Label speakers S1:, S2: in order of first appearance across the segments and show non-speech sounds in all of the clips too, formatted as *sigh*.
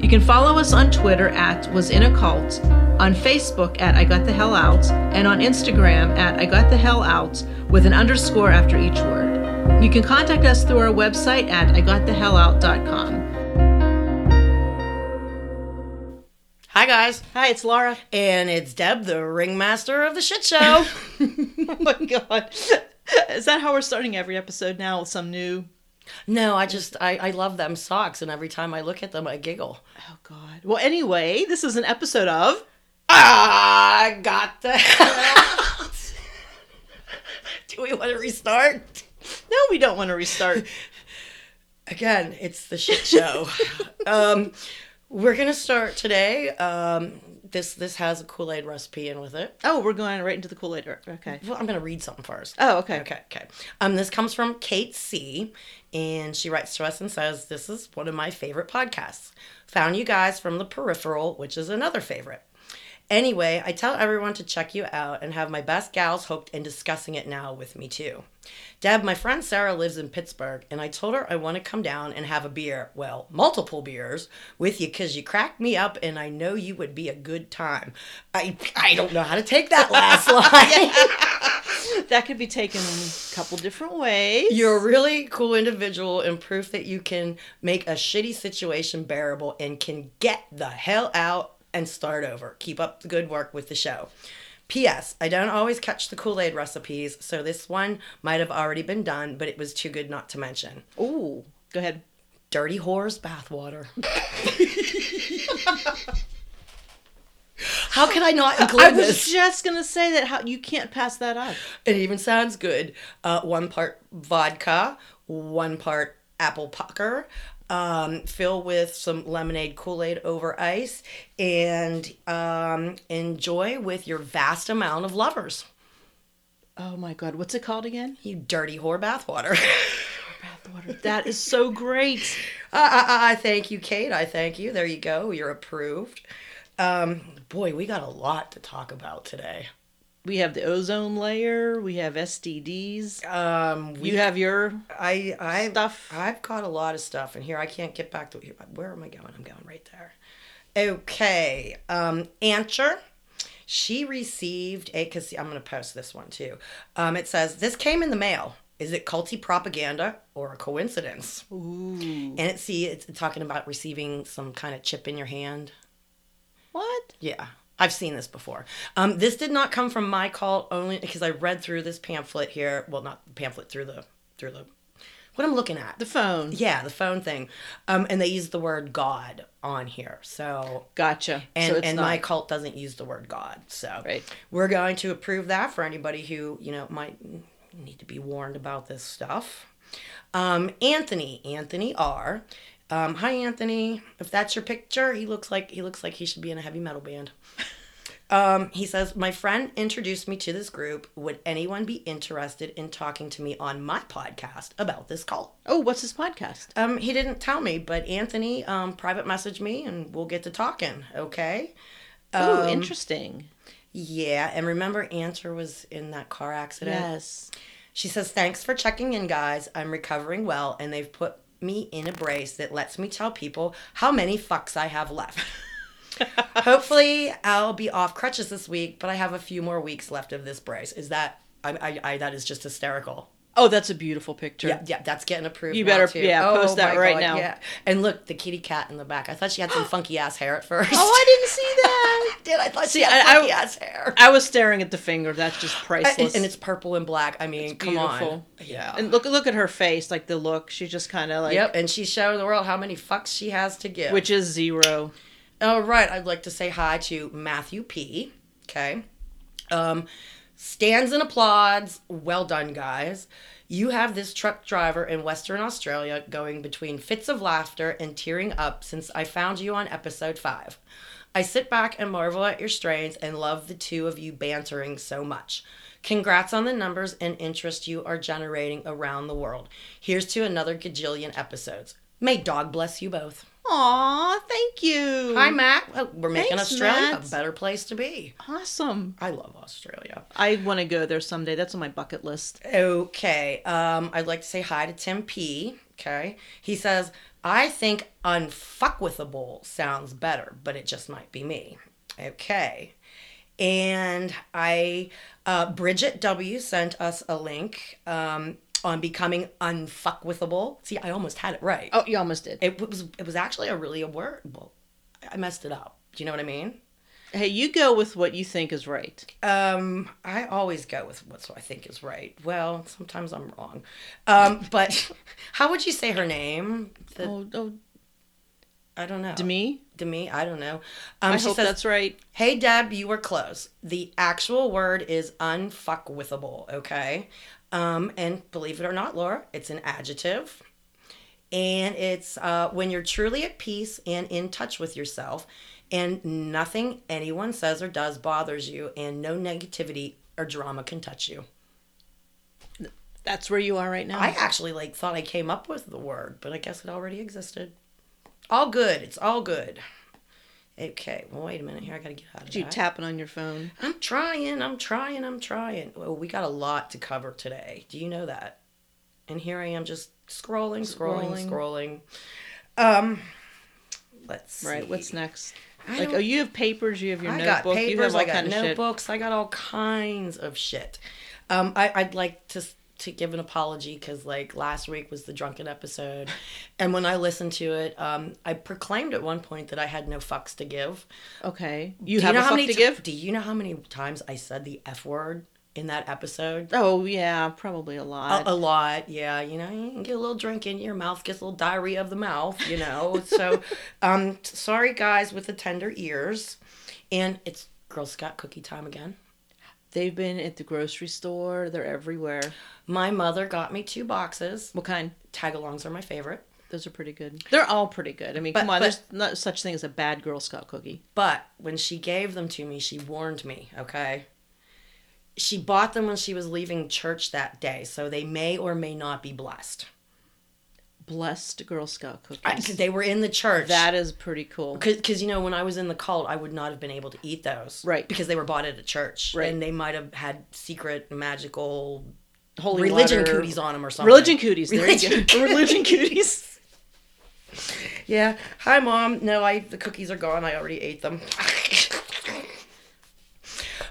S1: You can follow us on Twitter at Was In A Cult, on Facebook at I Got The Hell Out, and on Instagram at I Got The Hell Out with an underscore after each word. You can contact us through our website at IGotTheHellOut.com.
S2: Hi, guys.
S1: Hi, it's Laura.
S2: And it's Deb, the ringmaster of the shit
S1: *laughs*
S2: show.
S1: Oh my god. Is that how we're starting every episode now with some new
S2: no, I just, I, I love them socks, and every time I look at them, I giggle.
S1: Oh god. Well anyway, this is an episode of Ah,
S2: I got the
S1: *laughs*
S2: hell out. *laughs* Do we want to restart?
S1: No, we don't want
S2: *laughs*
S1: to restart.
S2: Again, it's the shit show. um, we're gonna start today. Um, this this has a Kool Aid recipe in with it.
S1: oh, we're going right into the Kool-Aid. Okay.
S2: Well, I'm gonna read something first.
S1: Oh, okay.
S2: Mm-hmm. Okay, okay. Um, this comes from Kate C. And she writes to us and says, This is one of my favorite podcasts. Found you guys from The Peripheral, which is another favorite. Anyway, I tell everyone to check you out and have my best gals hooked in discussing it now with me too. Deb, my friend Sarah lives in Pittsburgh, and I told her I want to come down and have a beer, well, multiple beers, with you because you cracked me up and I know you would be a good time. I, I don't know how to take that last line.
S1: That could be taken a couple different ways.
S2: You're a really cool individual and proof that you can make a shitty situation bearable and can get the hell out and start over. Keep up the good work with the show. P.S. I don't always catch the Kool Aid recipes, so this one might have already been done, but it was too good not to mention.
S1: Ooh. Go ahead.
S2: Dirty Whore's Bathwater. How can I not include
S1: I was
S2: this?
S1: just gonna say that how you can't pass that up.
S2: It even sounds good. Uh, one part vodka, one part apple pucker. Um, fill with some lemonade Kool Aid over ice, and um, enjoy with your vast amount of lovers.
S1: Oh my god, what's it called again?
S2: You dirty whore bathwater. *laughs*
S1: Bathwater. That is so great.
S2: Ah, I, I, I thank you, Kate. I thank you. There you go. You're approved. Um, boy, we got a lot to talk about today.
S1: We have the ozone layer, we have STDs.
S2: Um, we,
S1: You have your
S2: I, I,
S1: stuff.
S2: I've got a lot of stuff in here. I can't get back to where am I going? I'm going right there. Okay. Um Ancher. She received a cause I'm gonna post this one too. Um it says, This came in the mail. Is it culty propaganda or a coincidence?
S1: Ooh.
S2: And it see it's talking about receiving some kind of chip in your hand.
S1: What?
S2: Yeah, I've seen this before. Um, this did not come from my cult only because I read through this pamphlet here. Well, not the pamphlet through the through the what I'm looking at.
S1: The phone.
S2: Yeah, the phone thing. Um, and they use the word God on here. So
S1: Gotcha.
S2: and
S1: so it's
S2: and
S1: not,
S2: my cult doesn't use the word God. So
S1: Right.
S2: we're going to approve that for anybody who, you know, might need to be warned about this stuff. Um, Anthony, Anthony R. Um, hi Anthony. If that's your picture, he looks like he looks like he should be in a heavy metal
S1: *laughs*
S2: band. Um, he says, My friend introduced me to this group. Would anyone be interested in talking to me on my podcast about this cult?
S1: Oh, what's his podcast?
S2: Um, he didn't tell me, but Anthony um, private messaged me and we'll get to talking, okay?
S1: Oh,
S2: Um,
S1: interesting.
S2: Yeah, and remember Anter was in that car accident?
S1: Yes.
S2: She says, Thanks for checking in, guys. I'm recovering well, and they've put me in a brace that lets me tell people how many fucks I have left. Hopefully, I'll be off crutches this week, but I have a few more weeks left of this brace. Is that, I, I, I that is just hysterical.
S1: Oh, that's a beautiful picture.
S2: Yeah, yeah, that's getting approved.
S1: You
S2: now,
S1: better-
S2: too. Oh
S1: yeah, post that
S2: my
S1: right now.
S2: Yeah, and look, the kitty cat in the back. I thought she had
S1: *gasps*
S2: some funky ass hair at first.
S1: Oh, I didn't see
S2: *laughs*
S1: that.
S2: did. I thought
S1: See,
S2: she had
S1: I- I-
S2: funky ass hair.
S1: I was staring at the finger. That's just
S2: *laughs*
S1: priceless.
S2: And, and it's purple and black. I mean, come on.
S1: beautiful.
S2: Yeah.
S1: And look look at her face, like the look. She's just kind of like
S2: yep. And she's showing the world how many fucks she has to give.
S1: which is zero.
S2: all right. I'd like to say hi to Matthew P. Okay. Um, stands and applauds. Well done, guys. You have this truck driver in Western Australia going between fits of laughter and tearing up since I found you on episode five. I sit back and marvel at your strains and love the two of you bantering so much. Congrats on the numbers and interest you are generating around the world. Here's to another gajillion episodes. May dog bless you both.
S1: Aw, thank you.
S2: Hi, Matt. Mm-hmm. Well, we're making
S1: Thanks,
S2: Australia
S1: Matt.
S2: a better place to be.
S1: awesome.
S2: I love Australia.
S1: I want to go there someday. That's on my bucket list.
S2: Okay. Um, I'd like to say hi to Tim P. Okay. He says, I think unfuckwithable sounds better, but it just might be me. Okay. And I, uh, Bridget W. sent us a link um, on becoming unfuckwithable. See, I almost had it right.
S1: Oh, you almost did.
S2: It was it was actually a really a word. Well, I messed it up. Do you know what I mean?
S1: Hey, you go with what you think is right.
S2: Um, I always go with what I think is right. Well, sometimes I'm wrong. Um, *laughs* but how would you say her name? The-
S1: oh, oh,
S2: I don't know.
S1: to me,
S2: Demi, I don't know. Um,
S1: I
S2: she
S1: hope
S2: says,
S1: that's right.
S2: "Hey Deb, you were close. The actual word is unfuckwithable. Okay, um, and believe it or not, Laura, it's an adjective." And it's uh, when you're truly at peace and in touch with yourself, and nothing anyone says or does bothers you, and no negativity or drama can touch you.
S1: That's where you are right now.
S2: I actually like thought I came up with the word, but I guess it already existed. All good. It's all good. Okay. Well, wait a minute here. I gotta get out of
S1: you
S2: that.
S1: tapping on your phone.
S2: I'm trying. I'm trying. I'm trying. Well, we got a lot to cover today. Do you know that? And here I am, just scrolling, scrolling, scrolling. Um, let's see.
S1: Right. What's next?
S2: I
S1: like,
S2: don't-
S1: oh, you have papers. You have your
S2: I got
S1: notebook.
S2: papers,
S1: you have all
S2: I got
S1: kind of shit.
S2: notebooks, I got all kinds of shit. Um, I, I'd like to s- to give an apology because like last week was the drunken
S1: *laughs*
S2: episode, and when I listened to it, um, I proclaimed at one point that I had no fucks to give.
S1: Okay. You
S2: Do
S1: have
S2: know
S1: a
S2: how
S1: fuck
S2: many
S1: to
S2: ti-
S1: give?
S2: Do you know how many times I said the f word in that episode?
S1: Oh yeah, probably a
S2: A,
S1: lot.
S2: a lot, yeah. You know, you can get a little drink in your mouth, gets a little diarrhea of the mouth, you know.
S1: *laughs*
S2: so, um, t- sorry guys with the tender ears, and it's Girl Scout cookie time again.
S1: They've been at the grocery store. They're everywhere.
S2: My mother got me two boxes.
S1: What kind?
S2: Tagalongs are my favorite,
S1: Those are pretty good. They're all pretty good. I mean,
S2: But-
S1: come on.
S2: but-
S1: there's not such thing as a bad Girl Scout cookie.
S2: but when she gave them to me, she warned me, okay? She bought them when she was leaving church that day, so they may or may not be blessed.
S1: Blessed Girl Scout cookies.
S2: I, they were in the church.
S1: *laughs* that is pretty cool.
S2: because you know when I was in the cult, I would not have been able to eat those,
S1: Right.
S2: Because they were bought at a church,
S1: Right.
S2: and they might have had secret magical
S1: Holy
S2: religion
S1: water.
S2: cooties on them or something.
S1: Religion cooties. There you
S2: Religion
S1: go. Religion *laughs* cooties.
S2: Yeah. Hi, mom. No, I the cookies are gone. I already ate them.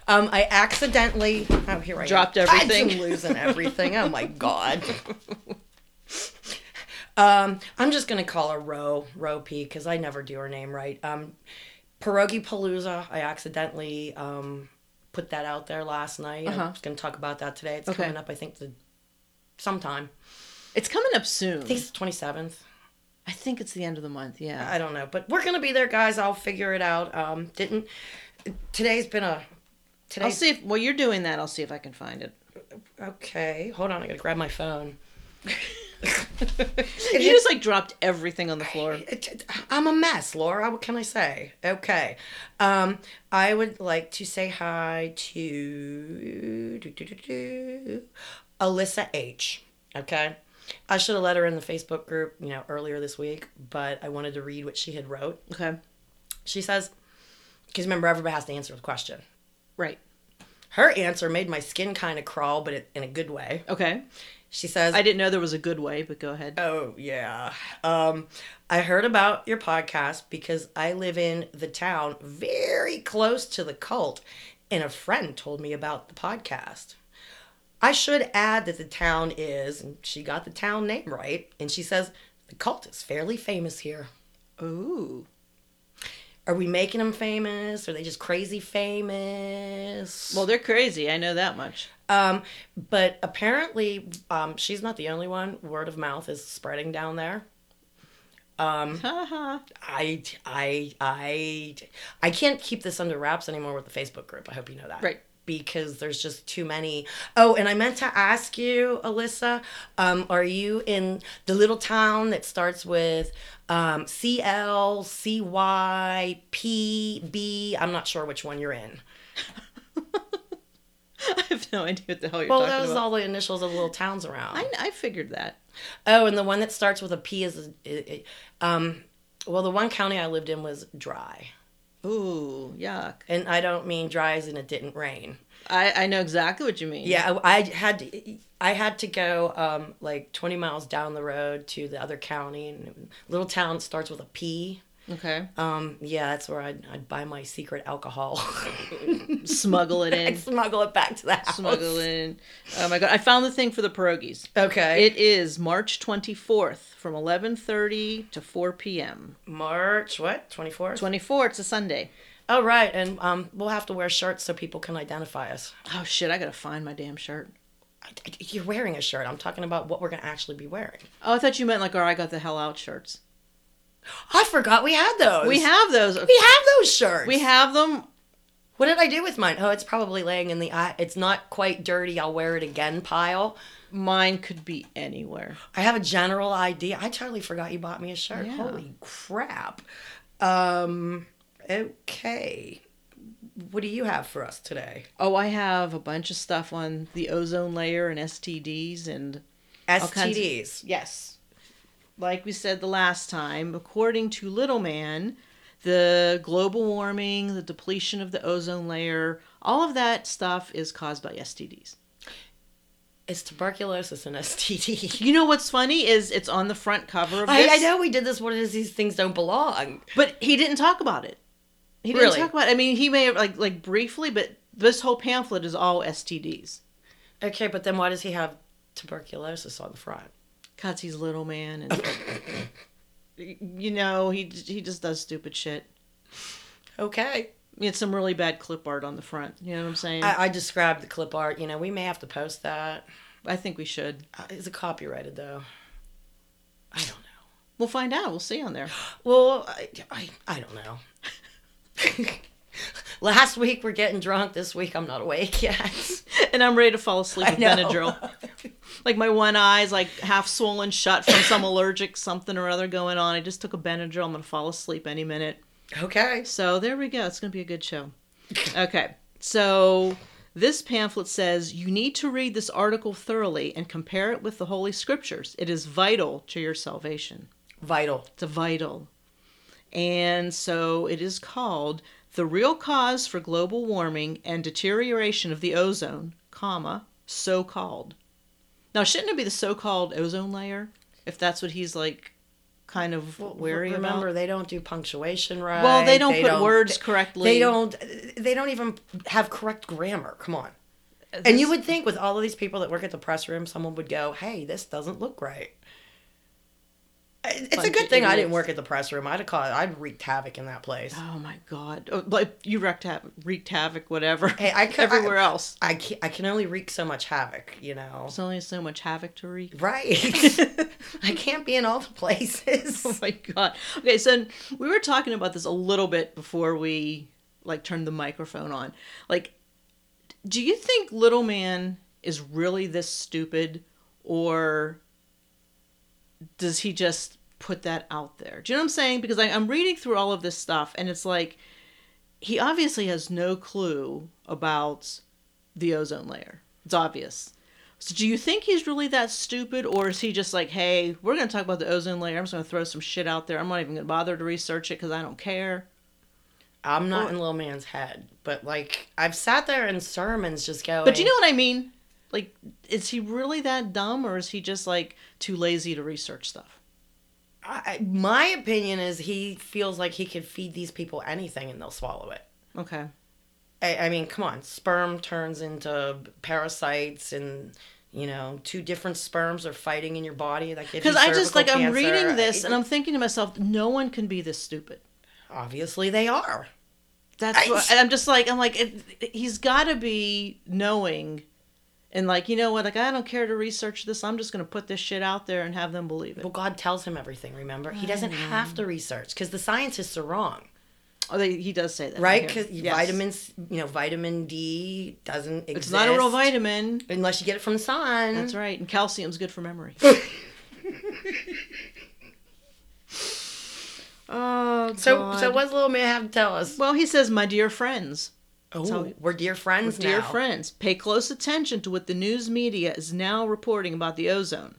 S2: um, I accidentally. Oh, here I am. *laughs*
S1: Dropped
S2: I'm
S1: everything.
S2: losing everything. oh
S1: *laughs*
S2: my god. um, I'm just gonna call her Ro Ro P because I never do her name right. Um, Pierogi Palooza. I accidentally um put that out there last night. I'm just gonna talk about that today. It's
S1: Uh-huh. Okay.
S2: coming up. I think the sometime.
S1: It's coming up soon.
S2: I think it's 27th.
S1: I think it's the end of the month. Yeah.
S2: I don't know, but we're gonna be there, guys. I'll figure it out. Um, didn't today's been a
S1: I'll
S2: today's
S1: see if while you're doing that, I'll see if I can find it.
S2: okay. Hold on, I gotta grab my
S1: *laughs*
S2: phone.
S1: You just like dropped everything on the floor.
S2: It- it- I'm a mess, Laura. What can I say? Okay, um, I would like to say hi to do, do, do, do, Alyssa H. Okay, I should have let her in the Facebook group, you know, earlier this week, but I wanted to read what she had wrote.
S1: Okay.
S2: She says, because remember, everybody has to answer the question.
S1: Right.
S2: Her answer made my skin kind of crawl, but it, in a good way.
S1: Okay.
S2: She says,
S1: I didn't know there was a good way, but go ahead.
S2: Oh, yeah. Um, I heard about your podcast because I live in the town very close to the cult, and a friend told me about the podcast. I should add that the town is, and she got the town name right, and she says, the cult is fairly famous here.
S1: Ooh.
S2: Oh. Are we making them famous? Are they just crazy famous?
S1: Well, they're crazy. I know that much.
S2: Um, but apparently, um, she's not the only one. Word of mouth is spreading down there.
S1: Haha. *laughs*
S2: I, I, I, I can't keep this under wraps anymore with the Facebook group. I hope you know that.
S1: right.
S2: because there's just too many. Oh, and I meant to ask you, Alyssa, um, are you in the little town that starts with um, C L C Y P B? I'm not sure which one you're in.
S1: I have no idea what the hell you're
S2: Well,
S1: talking
S2: those
S1: about.
S2: all the initials of little towns around.
S1: I, I figured that.
S2: Oh, and the one that starts with a P is, is um, well, the one county I lived in was dry.
S1: Ooh, yuck.
S2: And I don't mean dry as in it didn't rain.
S1: I, I know exactly what you mean.
S2: Yeah, I, I had to, I had to go um, like 20 miles down the road to the other county and little town starts with a P.
S1: Okay.
S2: Um, yeah, that's where I'd, I'd buy my secret alcohol. *laughs*
S1: Smuggle it
S2: I'd
S1: in.
S2: smuggle it back to the house.
S1: Smuggle it in. Oh my god. I found the thing for the pierogies.
S2: Okay.
S1: It is March 24th from 11:30 to 4 p.m.
S2: March what? 24th?
S1: 24. It's a Sunday.
S2: oh right, and um, we'll have to wear shirts so people can identify us.
S1: Oh shit! I gotta find my damn shirt.
S2: I- I- You're wearing a shirt. I'm talking about what we're gonna actually be wearing.
S1: Oh, I thought you meant like our "I got the hell out" shirts.
S2: I forgot we had those.
S1: We have those.
S2: Uh, we have those shirts.
S1: We have them.
S2: What did I do with mine? Oh, it's probably laying in the eye. It's not quite dirty. I'll wear it again pile.
S1: Mine could be anywhere.
S2: I have a general idea. I totally forgot you bought me a shirt.
S1: Yeah.
S2: Holy crap. Um okay. What do you have for us today?
S1: Oh, I have a bunch of stuff on the ozone layer and STDs and kinds of-
S2: STDs.
S1: Yes. Like we said the last time, according to Little Man, the global warming, the depletion of the ozone layer, all of that stuff is caused by STDs.
S2: It's tuberculosis and STD.
S1: You know what's funny is it's on the front cover of
S2: I,
S1: this,
S2: I know we did this. What is these things don't belong?
S1: but he didn't talk about it. He didn't
S2: Really?
S1: talk about. It. I mean, he may have like like briefly, but this whole pamphlet is all STDs.
S2: Okay, but then why does he have tuberculosis on the front?
S1: Cuts he's little man,
S2: *laughs*
S1: and you know he he just does stupid shit.
S2: Okay.
S1: It's some really bad clip art on the front. You know what I'm saying?
S2: I, I described the clip art. You know, we may have to post that.
S1: I think we should.
S2: Uh, Is it copyrighted though? I don't know.
S1: We'll find out. We'll see on there.
S2: Well, I, I, I don't know. *laughs* Last week we're getting drunk. This week I'm not awake
S1: *laughs*
S2: yet.
S1: And I'm ready to fall
S2: *laughs*
S1: asleep
S2: I
S1: with
S2: know.
S1: Benadryl. Like my one eye's like half swollen shut from some *laughs* allergic something or other going on. I just took a Benadryl. I'm gonna fall asleep any minute.
S2: okay.
S1: So there we go. It's gonna be a good show. Okay. So this pamphlet says you need to read this article thoroughly and compare it with the Holy Scriptures. It is vital to your salvation.
S2: Vital.
S1: It's vital. And so it is called The Real Cause for Global Warming and Deterioration of the Ozone, comma, so called. Now, shouldn't it be the so called ozone layer? If that's what he's like kind of wary
S2: Remember,
S1: about?
S2: they don't do punctuation right.
S1: Well, they don't put words correctly.
S2: They don't. They don't even have correct grammar. Come on. And you would think with all of these people that work at the press room, someone would go, "Hey, this doesn't look right." It's
S1: Bunch
S2: a good
S1: of
S2: thing I didn't
S1: idiots.
S2: work at the press room. I'd have caught. I'd wreaked havoc in that place.
S1: Oh my God. Oh, Like you wreaked havoc, wreaked havoc whatever.
S2: Hey,
S1: *laughs*
S2: I could-
S1: Everywhere else.
S2: I can, I can only wreak so much havoc, you know.
S1: There's only so much havoc to wreak. *laughs*
S2: Right. I can't be in all the
S1: Oh
S2: places.
S1: my god. Okay, so we were talking about this a little bit before we like turned the microphone on. Like do you think little man is really this stupid or does he just put that out there? Do you know what I'm saying? Because I, I'm reading through all of this stuff and it's like he obviously has no clue about the ozone layer. It's obvious. So do you think he's really that stupid, or is he just like, hey, we're going to talk about the ozone layer. I'm just going to throw some shit out there. I'm not even going to bother to research it because I don't care.
S2: I'm not in little man's head, but like I've sat there in sermons just going.
S1: But do you know what I mean? Like, is he really that dumb, or is he just like too lazy to research stuff?
S2: I, my opinion is he feels like he could feed these people anything and they'll swallow it.
S1: Okay.
S2: I, I mean, come on, sperm turns into parasites and. You know, two different sperms are fighting in your body. That gives you
S1: Because I just like,
S2: cervical
S1: I'm reading
S2: cancer.
S1: this and I'm thinking to myself, no one can be this stupid.
S2: obviously they are.
S1: That's
S2: I-
S1: what and I'm just like I'm like it, he's got to be knowing, and like you know what like I don't care to research this. I'm just gonna put this shit out there and have them believe it.
S2: Well, God tells him everything. Remember, he doesn't have to research because the scientists are wrong.
S1: Oh, they, he does say that.
S2: right?
S1: right here.
S2: Because
S1: Yes.
S2: vitamins, you know, vitamin D doesn't exist.
S1: It's not a real vitamin.
S2: unless you get it from the sun.
S1: That's right. And calcium's good for
S2: *laughs*
S1: memory. *laughs* oh,
S2: So,
S1: God.
S2: so what does little man have to tell us?
S1: Well, he says, "My dear friends,
S2: Oh, we're dear friends
S1: dear
S2: now.
S1: friends, pay close attention to what the news media is now reporting about the ozone.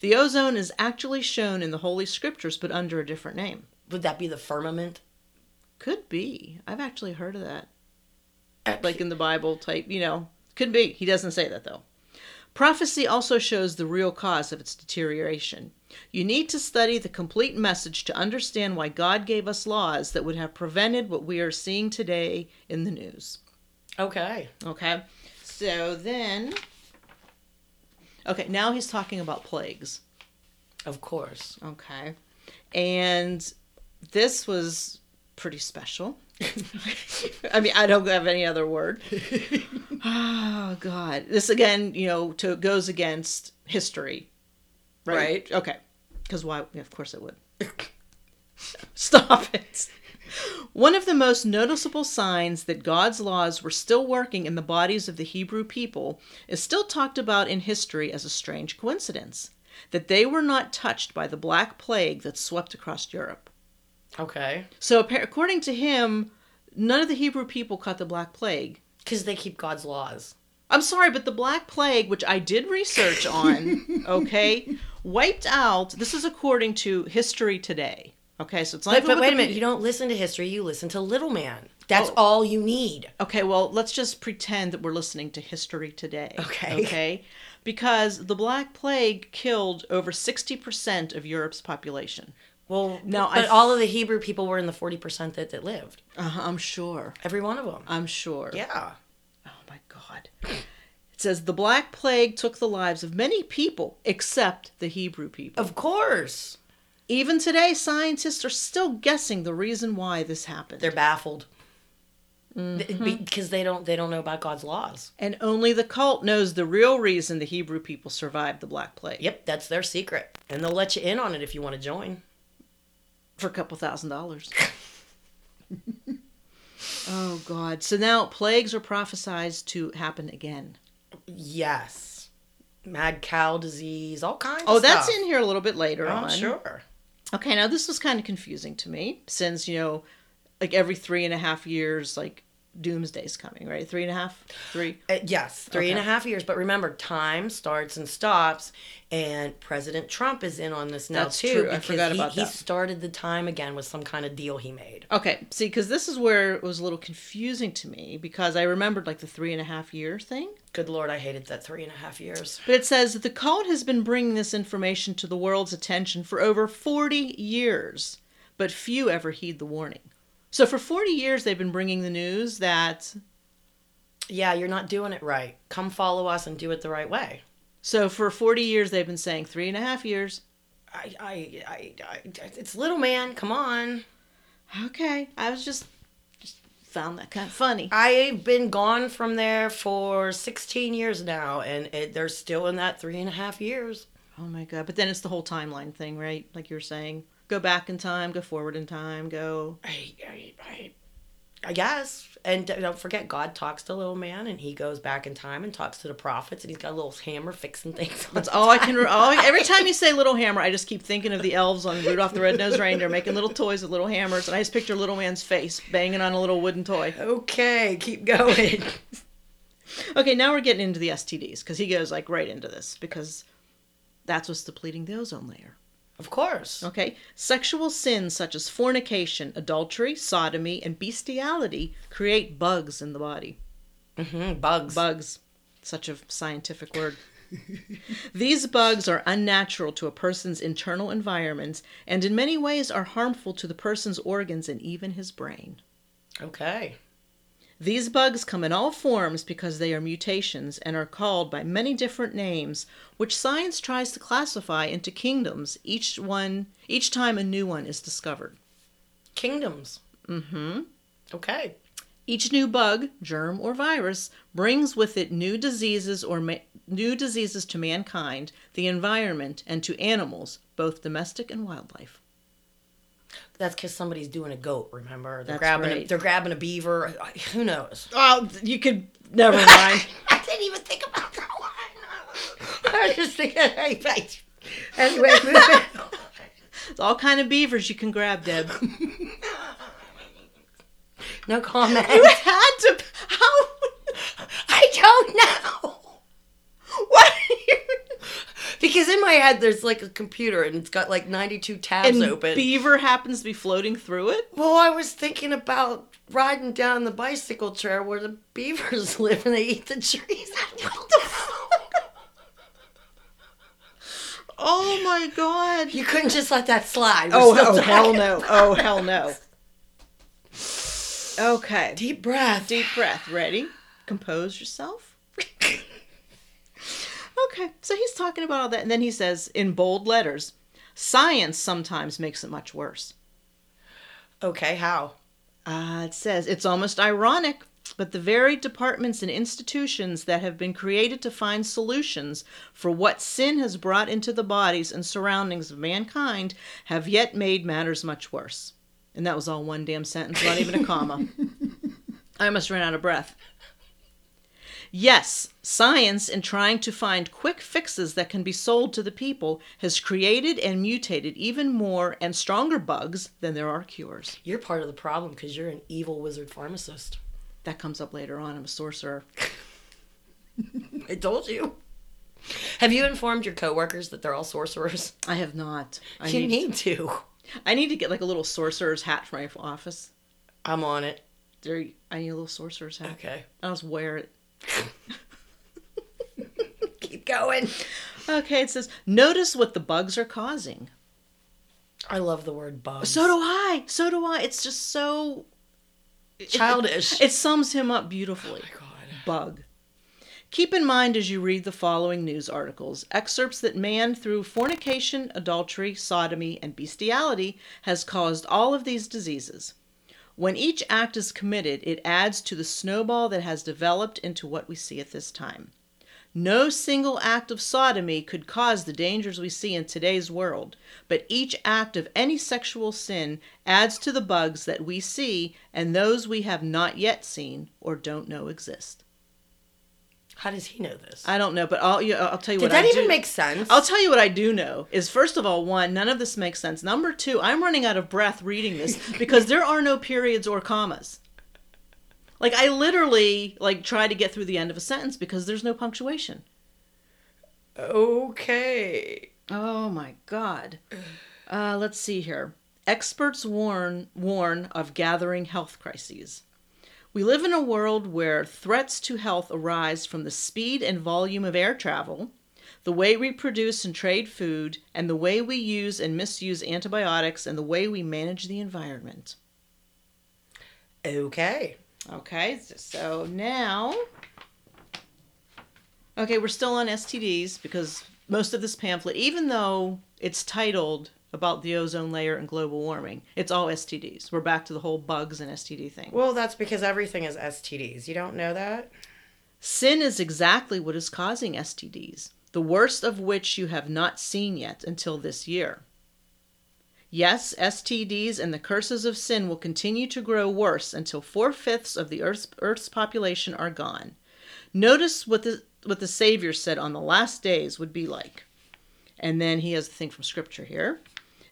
S1: The ozone is actually shown in the Holy Scriptures, but under a different name.
S2: Would that be the firmament?
S1: Could be. I've actually heard of that.
S2: Uh,
S1: like in the Bible type, you know. Could be. He doesn't say that though. Prophecy also shows the real cause of its deterioration. You need to study the complete message to understand why God gave us laws that would have prevented what we are seeing today in the news.
S2: Okay.
S1: Okay? So then Okay, now he's talking about plagues.
S2: Of
S1: *laughs*
S2: course.
S1: Okay. And this was pretty special. I mean, I don't have any other word. Oh God! This again, you know, to goes against history, right?
S2: Right.
S1: Okay, because why? yeah, of course, it would. *laughs* Stop it. One of the most noticeable signs that God's laws were still working in the bodies of the Hebrew people is still talked about in history as a strange coincidence that they were not touched by the Black Plague that swept across Europe. *laughs*
S2: Okay.
S1: So, appa- according to him, none of the Hebrew people caught the Black Plague.
S2: Because they keep God's laws.
S1: I'm sorry, but the Black Plague, which I did
S2: *laughs*
S1: research on, okay, wiped out. This is according to History Today. Okay, so it's not.
S2: But,
S1: even
S2: but wait a
S1: Wikipedia.
S2: minute. You don't listen to history. You listen to Little Man. That's
S1: Oh.
S2: all you need.
S1: Okay, well, let's just pretend that we're listening to History Today.
S2: Okay.
S1: Okay, because the Black Plague killed over sixty percent of Europe's population.
S2: Well,
S1: No,
S2: but
S1: I-
S2: all of the Hebrew people were in the forty percent that that lived.
S1: Uh, I'm sure.
S2: Every one of them.
S1: I'm sure.
S2: Uh-huh, Yeah.
S1: Oh my God. It says the Black Plague took the lives of many people except the Hebrew people.
S2: Of course.
S1: Even today, scientists are still guessing the reason why this happened.
S2: They're baffled. Th-
S1: Mm-hmm.
S2: Because they don't they don't know about God's laws.
S1: and only the cult knows the real reason the Hebrew people survived the Black Plague
S2: Yep, that's their secret. And they'll let you in on it if you want to join.
S1: for a couple
S2: *laughs*
S1: thousand dollars. oh, God. So now plagues are prophesized to happen again.
S2: Yes. Mad cow disease, all kinds
S1: Oh,
S2: of
S1: that's
S2: stuff.
S1: in here a little bit later
S2: I'm
S1: on.
S2: sure.
S1: Okay, now this was kind of confusing to me since, you know, like every three and a half years, like doomsday's coming, right? Three and a half? Three?
S2: Uh, yes, three and a half
S1: Okay.
S2: years. But remember, time starts and stops, and President Trump is in on this now
S1: That's
S2: too
S1: true. I forgot
S2: he,
S1: about
S2: he
S1: that.
S2: started the time again with some kind of deal he made.
S1: Okay, see, because this is where it was a little confusing to me because I remembered like the three and a half year thing.
S2: Good lord, I hated that three and a half years.
S1: But it says that the cult has been bringing this information to the world's attention for over 40 years, but few ever heed the warning. So for 40 years, they've been bringing the news that.
S2: Yeah, you're not doing it right. Come follow us and do it the right way.
S1: So for 40 years, they've been saying three and a half years.
S2: I, I, I, I it's little man. Come on.
S1: Okay, I was just, just found that kind of funny.
S2: I've been gone from there for 16 years now, and it, they're still in that three and a half years.
S1: Oh my god! But then it's the whole timeline thing, right? Like you were saying, go back in time, go forward in time, go.
S2: I, I, I, I guess. And d- don't forget, God talks to little man, and he goes back in time and talks to the prophets, and he's got a little hammer fixing things.
S1: That's all I can. Re- all I- every time you say Little Hammer, I just keep thinking of the elves on Rudolph the Red-Nosed Reindeer making little toys with little hammers, and I just picture Little Man's face banging on a little wooden toy.
S2: Okay, keep going.
S1: Okay, now we're getting into the STDs because he goes like right into this because that's what's depleting the ozone layer.
S2: *laughs* of course.
S1: Okay, sexual sins such as fornication, adultery, sodomy, and bestiality create bugs in the body.
S2: hmm bugs.
S1: bugs such a scientific word *laughs* these bugs are unnatural to a person's internal environment and in many ways are harmful to the person's organs and even his brain
S2: Okay.
S1: these bugs come in all forms because they are mutations and are called by many different names which science tries to classify into kingdoms each one each time a new one is discovered
S2: Kingdoms. Mm-hmm. Okay.
S1: Each new bug, germ, or virus brings with it new diseases or ma- new diseases to mankind, the environment, and to animals, both domestic and wildlife.
S2: That's because somebody's doing a goat. Remember, they're
S1: That's
S2: grabbing a,
S1: right.
S2: they're grabbing a beaver. Who knows?
S1: Oh, you could never mind.
S2: *laughs* I didn't even think about that one. *laughs* I was just thinking, hey, *laughs* right. Anyway, *laughs* moving on.
S1: *laughs* It's all kind of beavers you can grab, *laughs* Deb.
S2: no comment. *laughs*
S1: you had to. How?
S2: I don't know.
S1: What?
S2: Because in my head, there's like a computer and it's got like 92 tabs
S1: and
S2: open.
S1: beaver happens to be floating through it.
S2: well, I was thinking about riding down the bicycle trail where the beavers *laughs* live and they eat the trees. What the fuck?
S1: Oh my god.
S2: You couldn't just let that slide. We're
S1: Oh,
S2: still
S1: oh
S2: talking.
S1: *laughs* hell no. Oh hell no. Okay. Deep,
S2: Deep breath.
S1: deep breath. Ready? Compose yourself. Okay. So he's talking about all that and then he says in bold letters, science sometimes makes it much worse.
S2: okay, how?
S1: Uh, it says it's almost ironic, but the very departments and institutions that have been created to find solutions for what sin has brought into the bodies and surroundings of mankind have yet made matters much worse. And that was all one damn sentence, not even a comma. I almost ran out of breath. Yes, science, in trying to find quick fixes that can be sold to the people, has created and mutated even more and stronger bugs than there are cures.
S2: You're part of the problem because you're an evil wizard pharmacist.
S1: That comes up later on. I'm a sorcerer.
S2: I told you. Have you informed your coworkers that they're all sorcerers?
S1: I have not. I
S2: you
S1: need,
S2: need to.
S1: I need to get like a little sorcerer's hat for my office.
S2: I'm on it.
S1: There, you- I need a little sorcerer's hat.
S2: Okay.
S1: I'll just wear it.
S2: Keep going.
S1: Okay, it says, notice what the bugs are causing.
S2: I love the word bugs.
S1: So do I. So do I. It's just so.
S2: *laughs* childish.
S1: It sums him up beautifully.
S2: God.
S1: Bug. Keep in mind as you read the following news articles excerpts that man, through fornication, adultery, sodomy, and bestiality, has caused all of these diseases. When each act is committed, it adds to the snowball that has developed into what we see at this time. No single act of sodomy could cause the dangers we see in today's world, but each act of any sexual sin adds to the bugs that we see and those we have not yet seen or don't know exist.
S2: How does he know this?
S1: I don't know, but I'll, you- I'll tell you
S2: Did
S1: what
S2: that
S1: I
S2: even
S1: do.
S2: make sense?
S1: I'll tell you what I do know is first of all, one, none of this makes sense. Number two, I'm running out of breath
S2: *laughs*
S1: reading this because there are no periods or commas. Like I literally like try to get through the end of a sentence because there's no punctuation.
S2: okay.
S1: Oh my god. Uh, let's see here. Experts warn warn of gathering health crises. We live in a world where threats to health arise from the speed and volume of air travel, the way we produce and trade food, and the way we use and misuse antibiotics and the way we manage the environment.
S2: Okay.
S1: Okay, so now. Okay, we're still on STDs because most of this pamphlet, even though it's titled about the ozone layer and global warming, it's all STDs. We're back to the whole bugs and STD thing.
S2: Well, that's because everything is STDs. You don't know that?
S1: Sin is exactly what is causing STDs, the worst of which you have not seen yet until this year. Yes, STDs and the curses of sin will continue to grow worse until four fifths of the Earth's, Earth's population are gone. Notice what the, what the Savior said on the last days would be like. And then he has the thing from Scripture here.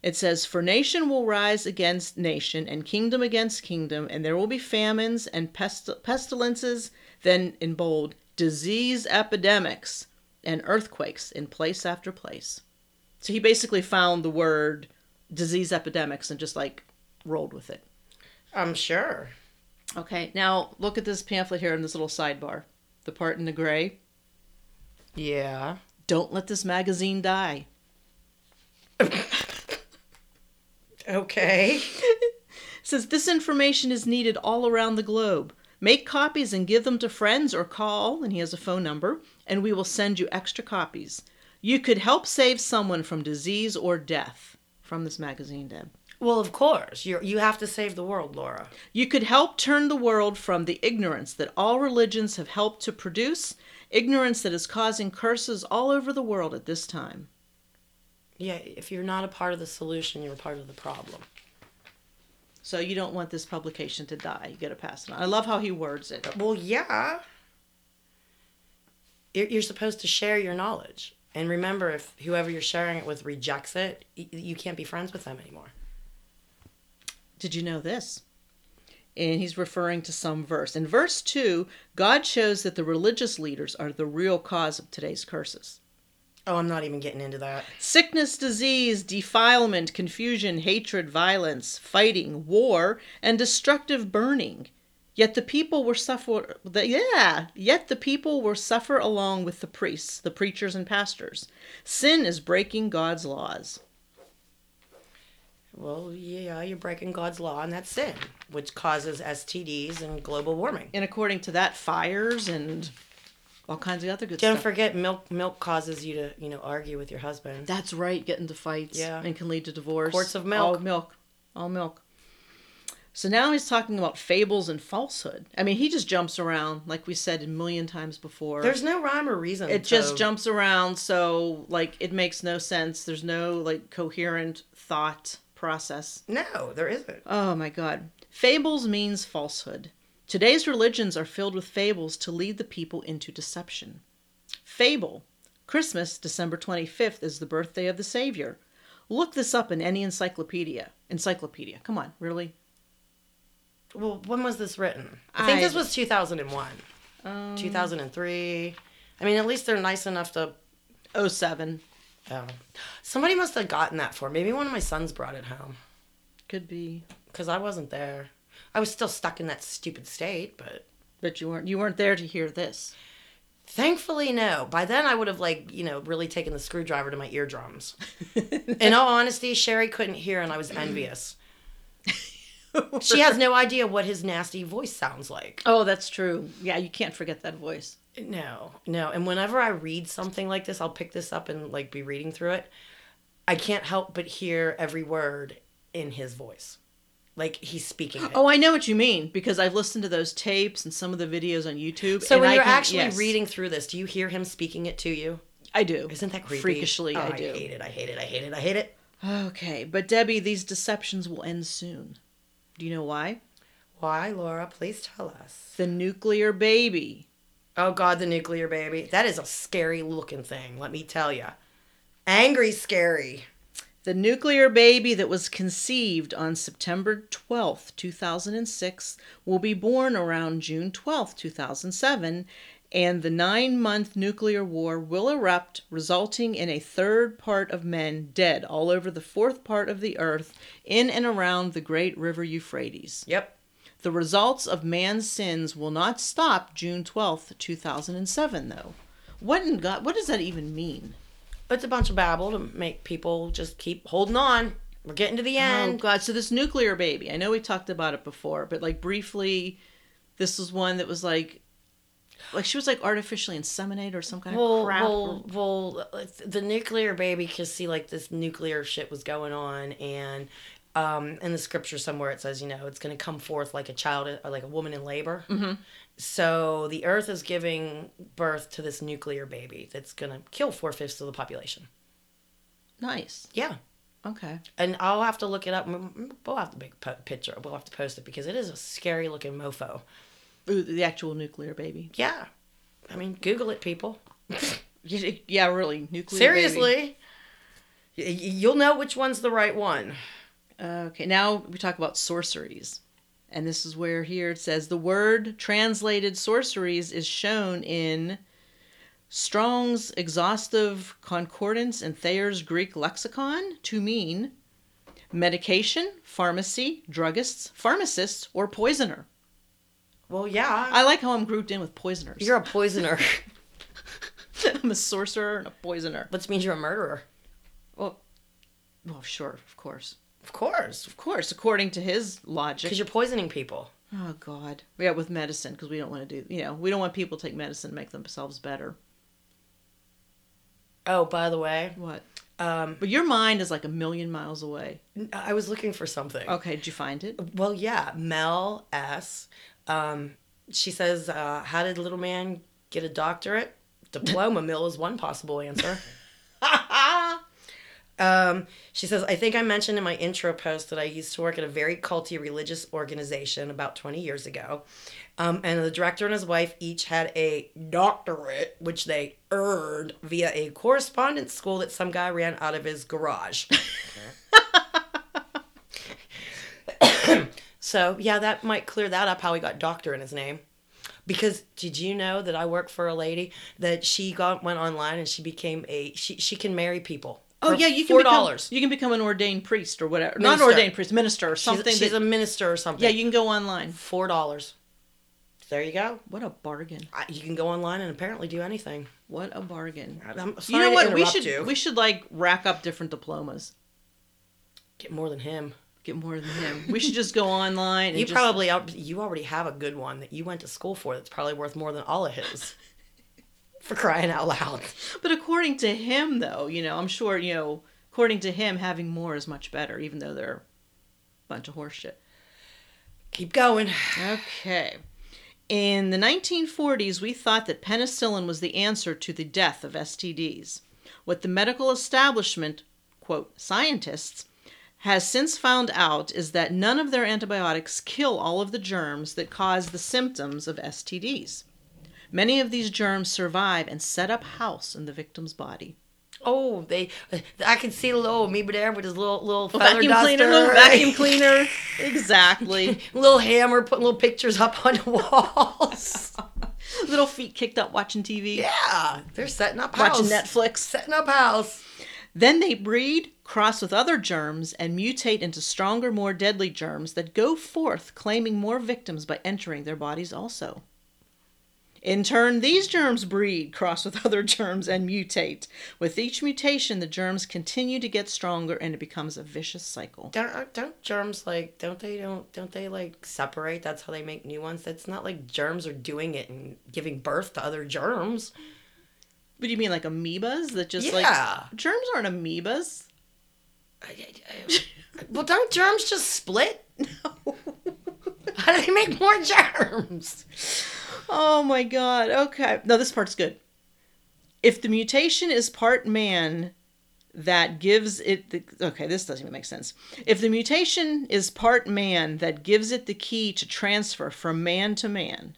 S1: It says, For nation will rise against nation, and kingdom against kingdom, and there will be famines and pesti- pestilences, then in bold, disease epidemics, and earthquakes in place after place. So he basically found the word disease epidemics and just like rolled with it.
S2: I'm sure.
S1: Okay, now look at this pamphlet here in this little sidebar, the part in the gray.
S2: Yeah.
S1: Don't let this magazine die.
S2: Okay.
S1: says this information is needed all around the globe. Make copies and give them to friends or call, and he has a phone number, and we will send you extra copies. You could help save someone from disease or death from this magazine, Deb.
S2: Well, of course. You you have to save the world, Laura.
S1: You could help turn the world from the ignorance that all religions have helped to produce, ignorance that is causing curses all over the world at this time.
S2: Yeah, if you're not a part of the solution, you're a part of the problem.
S1: So you don't want this publication to die. You got to pass it on. I love how he words it.
S2: Well, yeah. You're, you're supposed to share your knowledge. And remember, if whoever you're sharing it with rejects it, y- you can't be friends with them anymore.
S1: Did you know this? And he's referring to some verse. In verse 2, God shows that the religious leaders are the real cause of today's curses.
S2: Oh, I'm not even getting into that.
S1: Sickness, disease, defilement, confusion, hatred, violence, fighting, war, and destructive burning. Yet the people were suffer. The, yeah, yet the people were suffer along with the priests, the preachers, and pastors. Sin is breaking God's laws.
S2: Well, yeah, you're breaking God's law, and that's sin, which causes STDs and global warming.
S1: And according to that, fires and all kinds of other good
S2: Don't
S1: stuff.
S2: forget, milk milk causes you to, you know, argue with your husband.
S1: That's right, get into fights
S2: Yeah.
S1: and can lead to divorce.
S2: Quarts of milk.
S1: All milk. All milk. So now he's talking about fables and falsehood. I mean, he just jumps around, like we said a million times before.
S2: There's no rhyme or reason.
S1: it
S2: to-
S1: just jumps around, so like it makes no sense. There's no like coherent thought process.
S2: No, there isn't.
S1: Oh my god. Fables means falsehood. Today's religions are filled with fables to lead the people into deception. Fable. Christmas, December 25th, is the birthday of the Savior. Look this up in any encyclopedia. Encyclopedia. Come on, really?
S2: Well, when was this written? I think
S1: I-
S2: this was 2001,
S1: Um,
S2: 2003. I mean, at least they're nice enough to.
S1: 07.
S2: Oh. Somebody must have gotten that for. me. Maybe one of my sons brought it home
S1: Could be.
S2: because I wasn't there. I was still stuck in that stupid state, but
S1: But you weren't you weren't there to hear this.
S2: thankfully, no. By then, I would have like you know really taken the screwdriver to my eardrums. in all honesty, Sherry couldn't hear, and I was envious. She has no idea what his nasty voice sounds like.
S1: Oh, that's true. Yeah, you can't forget that voice.
S2: No, no. And whenever I read something like this, I'll pick this up and like be reading through it. I can't help but hear every word in his voice. Like he's speaking. It.
S1: Oh, I know what you mean because I've listened to those tapes and some of the videos on YouTube.
S2: so
S1: and
S2: when
S1: I
S2: you're
S1: can-
S2: actually
S1: yes,
S2: reading through this, do you hear him speaking it to you?
S1: I do.
S2: Isn't that creepy?
S1: Freakishly,
S2: Oh,
S1: I do.
S2: hate it. I hate it. I hate it. I hate it.
S1: Okay, but Debbie, these deceptions will end soon. Do you know why?
S2: Why, Laura? Please tell us.
S1: The nuclear baby.
S2: Oh God, the nuclear baby. That is a scary looking thing. Let me tell you. Angry, scary.
S1: The nuclear baby that was conceived on September 12th, 2006, will be born around June 12th, 2007, and the nine month nuclear war will erupt, resulting in a third part of men dead all over the fourth part of the earth in and around the great river Euphrates.
S2: Yep.
S1: The results of man's sins will not stop June 12th, 2007, though. What in God, what does that even mean?
S2: It's a bunch of babble to make people just keep holding on. We're getting to the
S1: Oh,
S2: end.
S1: God. So, this nuclear baby, I know we talked about it before, but like briefly, this was one that was like, like she was like artificially inseminated or some kind
S2: well,
S1: of crap.
S2: well, well, the nuclear baby, because see, like this nuclear shit was going on, and um, in the scripture somewhere it says, you know, it's going to come forth like a child or like a woman in labor. Mm-hmm. So the Earth is giving birth to this nuclear baby that's going to kill four fifths of the population.
S1: nice.
S2: Yeah,
S1: Okay.
S2: and I'll have to look it up. We'll have to make a po- picture. We'll have to post it because it is a scary looking mofo.
S1: Ooh, the actual nuclear baby. *laughs*
S2: Yeah, I mean, Google it, people.
S1: Yeah, really. Nuclear baby.
S2: Seriously. Y- y- You'll know which one's the right one.
S1: Okay, now we talk about sorceries. And this is where here it says the word translated sorceries is shown in Strong's exhaustive concordance and Thayer's Greek lexicon to mean medication, pharmacy, druggists, pharmacist, or poisoner.
S2: Well, yeah.
S1: I like how I'm grouped in with poisoners.
S2: You're a poisoner, *laughs*
S1: *laughs* I'm a sorcerer and a poisoner.
S2: which means you're a murderer.
S1: Well, sure, of course.
S2: Of course.
S1: Of course, according to his logic.
S2: Because you're poisoning people.
S1: Oh God, yeah, with medicine because we don't want to do, you know, we don't want people to take medicine and make themselves better.
S2: Oh, by the way,
S1: What?
S2: um,
S1: But your mind is like a million miles away.
S2: I was looking for something.
S1: Okay, did you find it?
S2: Well, yeah. Mel S. Um, she says, uh, How did little man get a doctorate? Diploma mill is one possible answer. Um, she says, I think I mentioned in my intro post that I used to work at a very culty religious organization about 20 years ago. Um, and the director and his wife each had a doctorate, which they earned via a correspondence school that some guy ran out of his garage. *coughs* so, yeah, that might clear that up how he got doctor in his name. Because did you know that I work for a lady that she got went online and she became a she she can marry people.
S1: Oh
S2: for
S1: yeah, you can
S2: four
S1: become-
S2: dollars.
S1: You can become an ordained priest or whatever. Not
S2: Minister.
S1: ordained priest, minister or
S2: She's,
S1: something.
S2: she's
S1: that-
S2: a minister or something.
S1: yeah, you can go online.
S2: four dollars. There you go.
S1: What a bargain!
S2: I- You can go online and apparently do anything.
S1: What a bargain!
S2: I'm sorry
S1: you know
S2: to
S1: what? We
S2: interrupt
S1: should
S2: you.
S1: we should like rack up different diplomas.
S2: get more than him.
S1: Get more than him. We should just go online. And
S2: You
S1: just-
S2: probably al- you already have a good one that you went to school for that's probably worth more than all of
S1: *laughs*
S2: his. for crying out loud.
S1: But according to him, though, you know, I'm sure you know. According to him, having more is much better, even though they're a bunch of horseshit.
S2: Keep going.
S1: Okay. In the 1940s, we thought that penicillin was the answer to the death of STDs. What the medical establishment, quote, scientists, has since found out is that none of their antibiotics kill all of the germs that cause the symptoms of STDs. Many of these germs survive and set up house in the victim's body.
S2: Oh, they I can see little old amoeba there with his little little feather
S1: Vacuum
S2: duster,
S1: cleaner,
S2: *laughs*
S1: vacuum cleaner. Exactly.
S2: little hammer putting little pictures up on the
S1: *laughs*
S2: walls.
S1: Little feet kicked up watching TV,
S2: yeah, they're setting up house.
S1: watching Netflix.
S2: Setting up house.
S1: Then they breed, cross with other germs, and mutate into stronger, more deadly germs that go forth claiming more victims by entering their bodies also. In turn, these germs breed, cross with other germs, and mutate. With each mutation, the germs continue to get stronger and it becomes a vicious cycle.
S2: Don't uh, don't germs like don't they don't don't they like separate? That's how they make new ones. That's not like germs are doing it and giving birth to other germs.
S1: What do you mean, like amoebas that just
S2: Yeah.
S1: like. Germs aren't amoebas.
S2: I- I- *laughs* I- well, don't germs just split? *laughs* No. How do they make more germs? *laughs*
S1: Oh my god. Okay. No, this part's good. If the mutation is part man, that gives it the okay, this doesn't even make sense. If the mutation is part man, that gives it the key to transfer from man to man.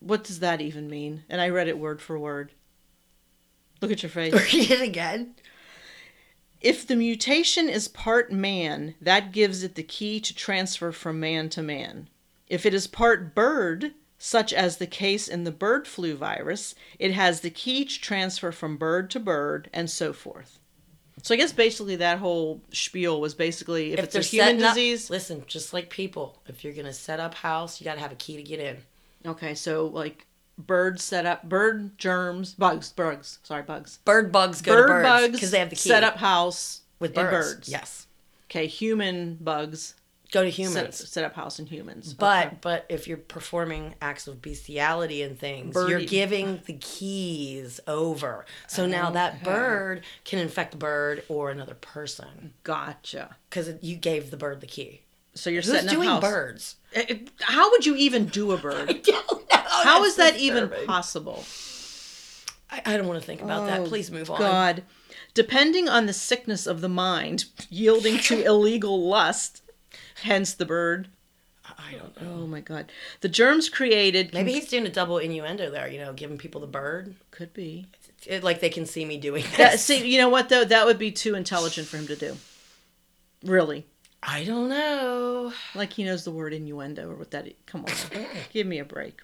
S1: What does that even mean? And I read it word for word. Look at your face.
S2: Read it again.
S1: If the mutation is part man, that gives it the key to transfer from man to man. If it is part bird, such as the case in the bird flu virus, it has the key to transfer from bird to bird and so forth. So I guess basically that whole spiel was basically if, it's a
S2: they're
S1: human
S2: setting up-
S1: disease.
S2: listen, just like people, if you're gonna set up house, you gotta have a key to get in.
S1: Okay, so like birds set up bird germs, bugs, bugs, sorry, bugs.
S2: Bird bugs go
S1: bird
S2: to birds
S1: bugs
S2: because they have the key
S1: set up house
S2: with
S1: in
S2: birds.
S1: birds.
S2: Yes,
S1: Okay, human bugs
S2: go to
S1: set-
S2: humans.
S1: Set, up house in humans.
S2: But
S1: Okay.
S2: but if you're performing acts of bestiality and things, you're
S1: Birdie.
S2: giving the keys over. So now that bird can infect the bird or another person
S1: gotcha.
S2: because you gave the bird the key.
S1: So you're
S2: Who's
S1: setting
S2: doing
S1: up house. *laughs*
S2: birds?
S1: It- it- How would you even do
S2: *laughs*
S1: a bird?
S2: Oh,
S1: How is that even possible?
S2: I, I don't want to think about that.
S1: Oh,
S2: Please move on.
S1: God, depending on the sickness of the mind, yielding
S2: *laughs*
S1: to illegal lust, hence the bird.
S2: I I don't know.
S1: Oh my God, the germs created
S2: Maybe he's doing a double innuendo there. You know, giving people the bird.
S1: could be.
S2: It, like they can see me doing this.
S1: That, see, you know what though? That would be too intelligent for him to do. Really,
S2: I don't know.
S1: Like he knows the word innuendo or what that. Come on, give me a break.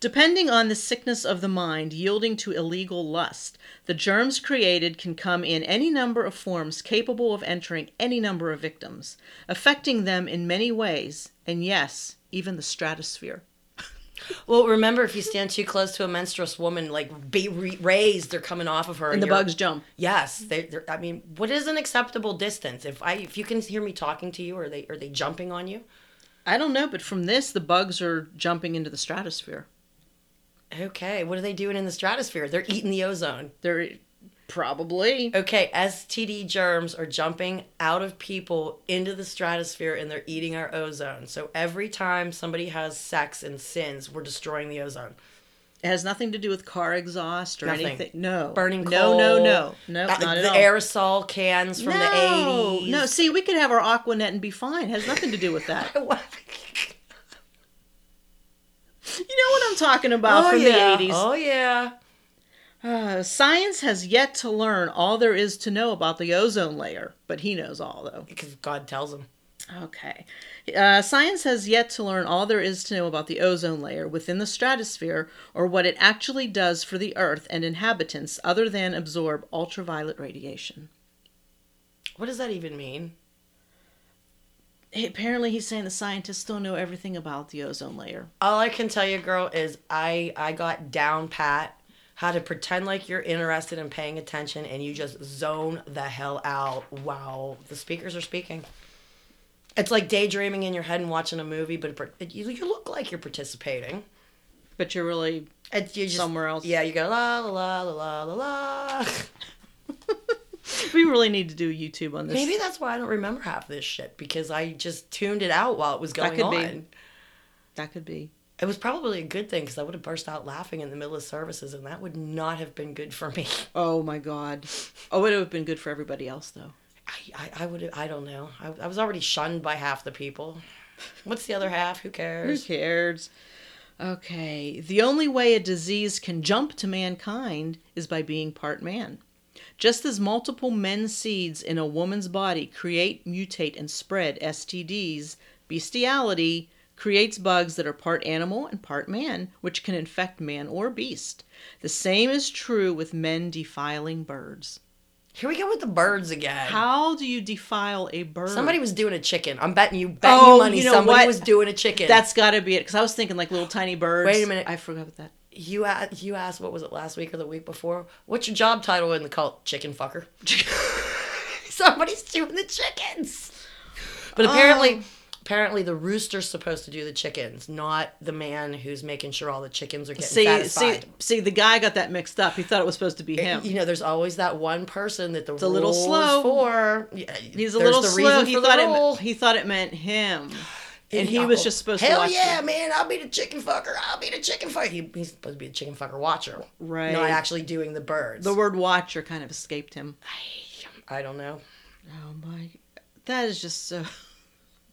S1: Depending on the sickness of the mind yielding to illegal lust, the germs created can come in any number of forms capable of entering any number of victims, affecting them in many ways, and yes, even the stratosphere.
S2: Well, remember if you stand too close to a menstruous woman, like be re- raised, they're coming off of her,
S1: And the
S2: you're-
S1: bugs jump.
S2: Yes, they. they're- I mean, what is an acceptable distance? If I, if you can hear me talking to you, are they, are they jumping on you?
S1: I don't know, but from this, the bugs are jumping into the stratosphere.
S2: Okay, what are they doing in the stratosphere? They're eating the ozone.
S1: They're probably.
S2: Okay, STD germs are jumping out of people into the stratosphere, and they're eating our ozone. So every time somebody has sex and sins, we're destroying the ozone.
S1: It has nothing to do with car exhaust or
S2: Nothing.
S1: anything. No.
S2: Burning coal.
S1: No, no, no. No,
S2: that-
S1: not at
S2: the
S1: all.
S2: aerosol cans from
S1: no.
S2: the 80s. *laughs*
S1: No, see, we could have our Aquanet and be fine. It has nothing to do with that. *laughs* you know what I'm talking about
S2: oh,
S1: from
S2: yeah.
S1: the 80s.
S2: oh, yeah.
S1: Uh, science has yet to learn all there is to know about the ozone layer, but he knows all, though.
S2: Because God tells them.
S1: Okay. Uh, science has yet to learn all there is to know about the ozone layer within the stratosphere or what it actually does for the Earth and inhabitants other than absorb ultraviolet radiation.
S2: What does that even mean?
S1: He- apparently, he's saying the scientists don't know everything about the ozone layer.
S2: All I can tell you, girl, is I I got down pat how to pretend like you're interested and paying attention, and you just zone the hell out while the speakers are speaking. It's like daydreaming in your head and watching a movie, but it- it- you, you look like you're participating.
S1: But you're really.
S2: It's you just
S1: Somewhere else.
S2: Yeah, you go la la la la la la *laughs* la.
S1: We really need to do YouTube on this.
S2: Maybe that's why I don't remember half this shit because I just tuned it out while it was going
S1: could
S2: on.
S1: be. That could be.
S2: It was probably a good thing because I would have burst out laughing in the middle of services, and that would not have been good for me. *laughs*
S1: Oh my God. Oh, it would have been good for everybody else, though.
S2: I, I, I would I don't know. I, I was already shunned by half the people. What's the other half? Who
S1: Who
S2: cares?
S1: cares? Okay. The only way a disease can jump to mankind is by being part man. Just as multiple men's seeds in a woman's body create, mutate, and spread STDs, bestiality creates bugs that are part animal and part man, which can infect man or beast. The same is true with men defiling birds.
S2: Here we go with the birds again.
S1: How do you defile a bird?
S2: Somebody was doing a chicken. I'm betting you betting
S1: Oh,
S2: you money
S1: you know
S2: somebody
S1: what?
S2: was doing a chicken.
S1: That's got to be it. Because I was thinking like little tiny birds.
S2: Wait a minute.
S1: I forgot about that.
S2: you asked you asked what was it last week or the week before? What's your job title in the cult? Chicken fucker. *laughs* Somebody's doing the chickens. But
S1: Um,
S2: apparently apparently the rooster's supposed to do the chickens, not the man who's making sure all the chickens are getting
S1: See,
S2: satisfied.
S1: see, see, the guy got that mixed up. He thought it was supposed to be him.
S2: You know, there's always that one person that the
S1: a
S2: rule
S1: little slow.
S2: is for. Yeah,
S1: He's a
S2: there's
S1: little
S2: the
S1: slow.
S2: reason
S1: He
S2: for the
S1: thought
S2: rule.
S1: it. He thought it meant him, and he was just supposed
S2: Hell
S1: to watch.
S2: yeah,
S1: it.
S2: man! I'll be the chicken fucker. I'll be the chicken fucker. He, he's supposed to be the chicken fucker watcher,
S1: Right.
S2: Not actually doing the birds.
S1: The word "watcher" kind of escaped him.
S2: I don't know.
S1: Oh my, that is just so.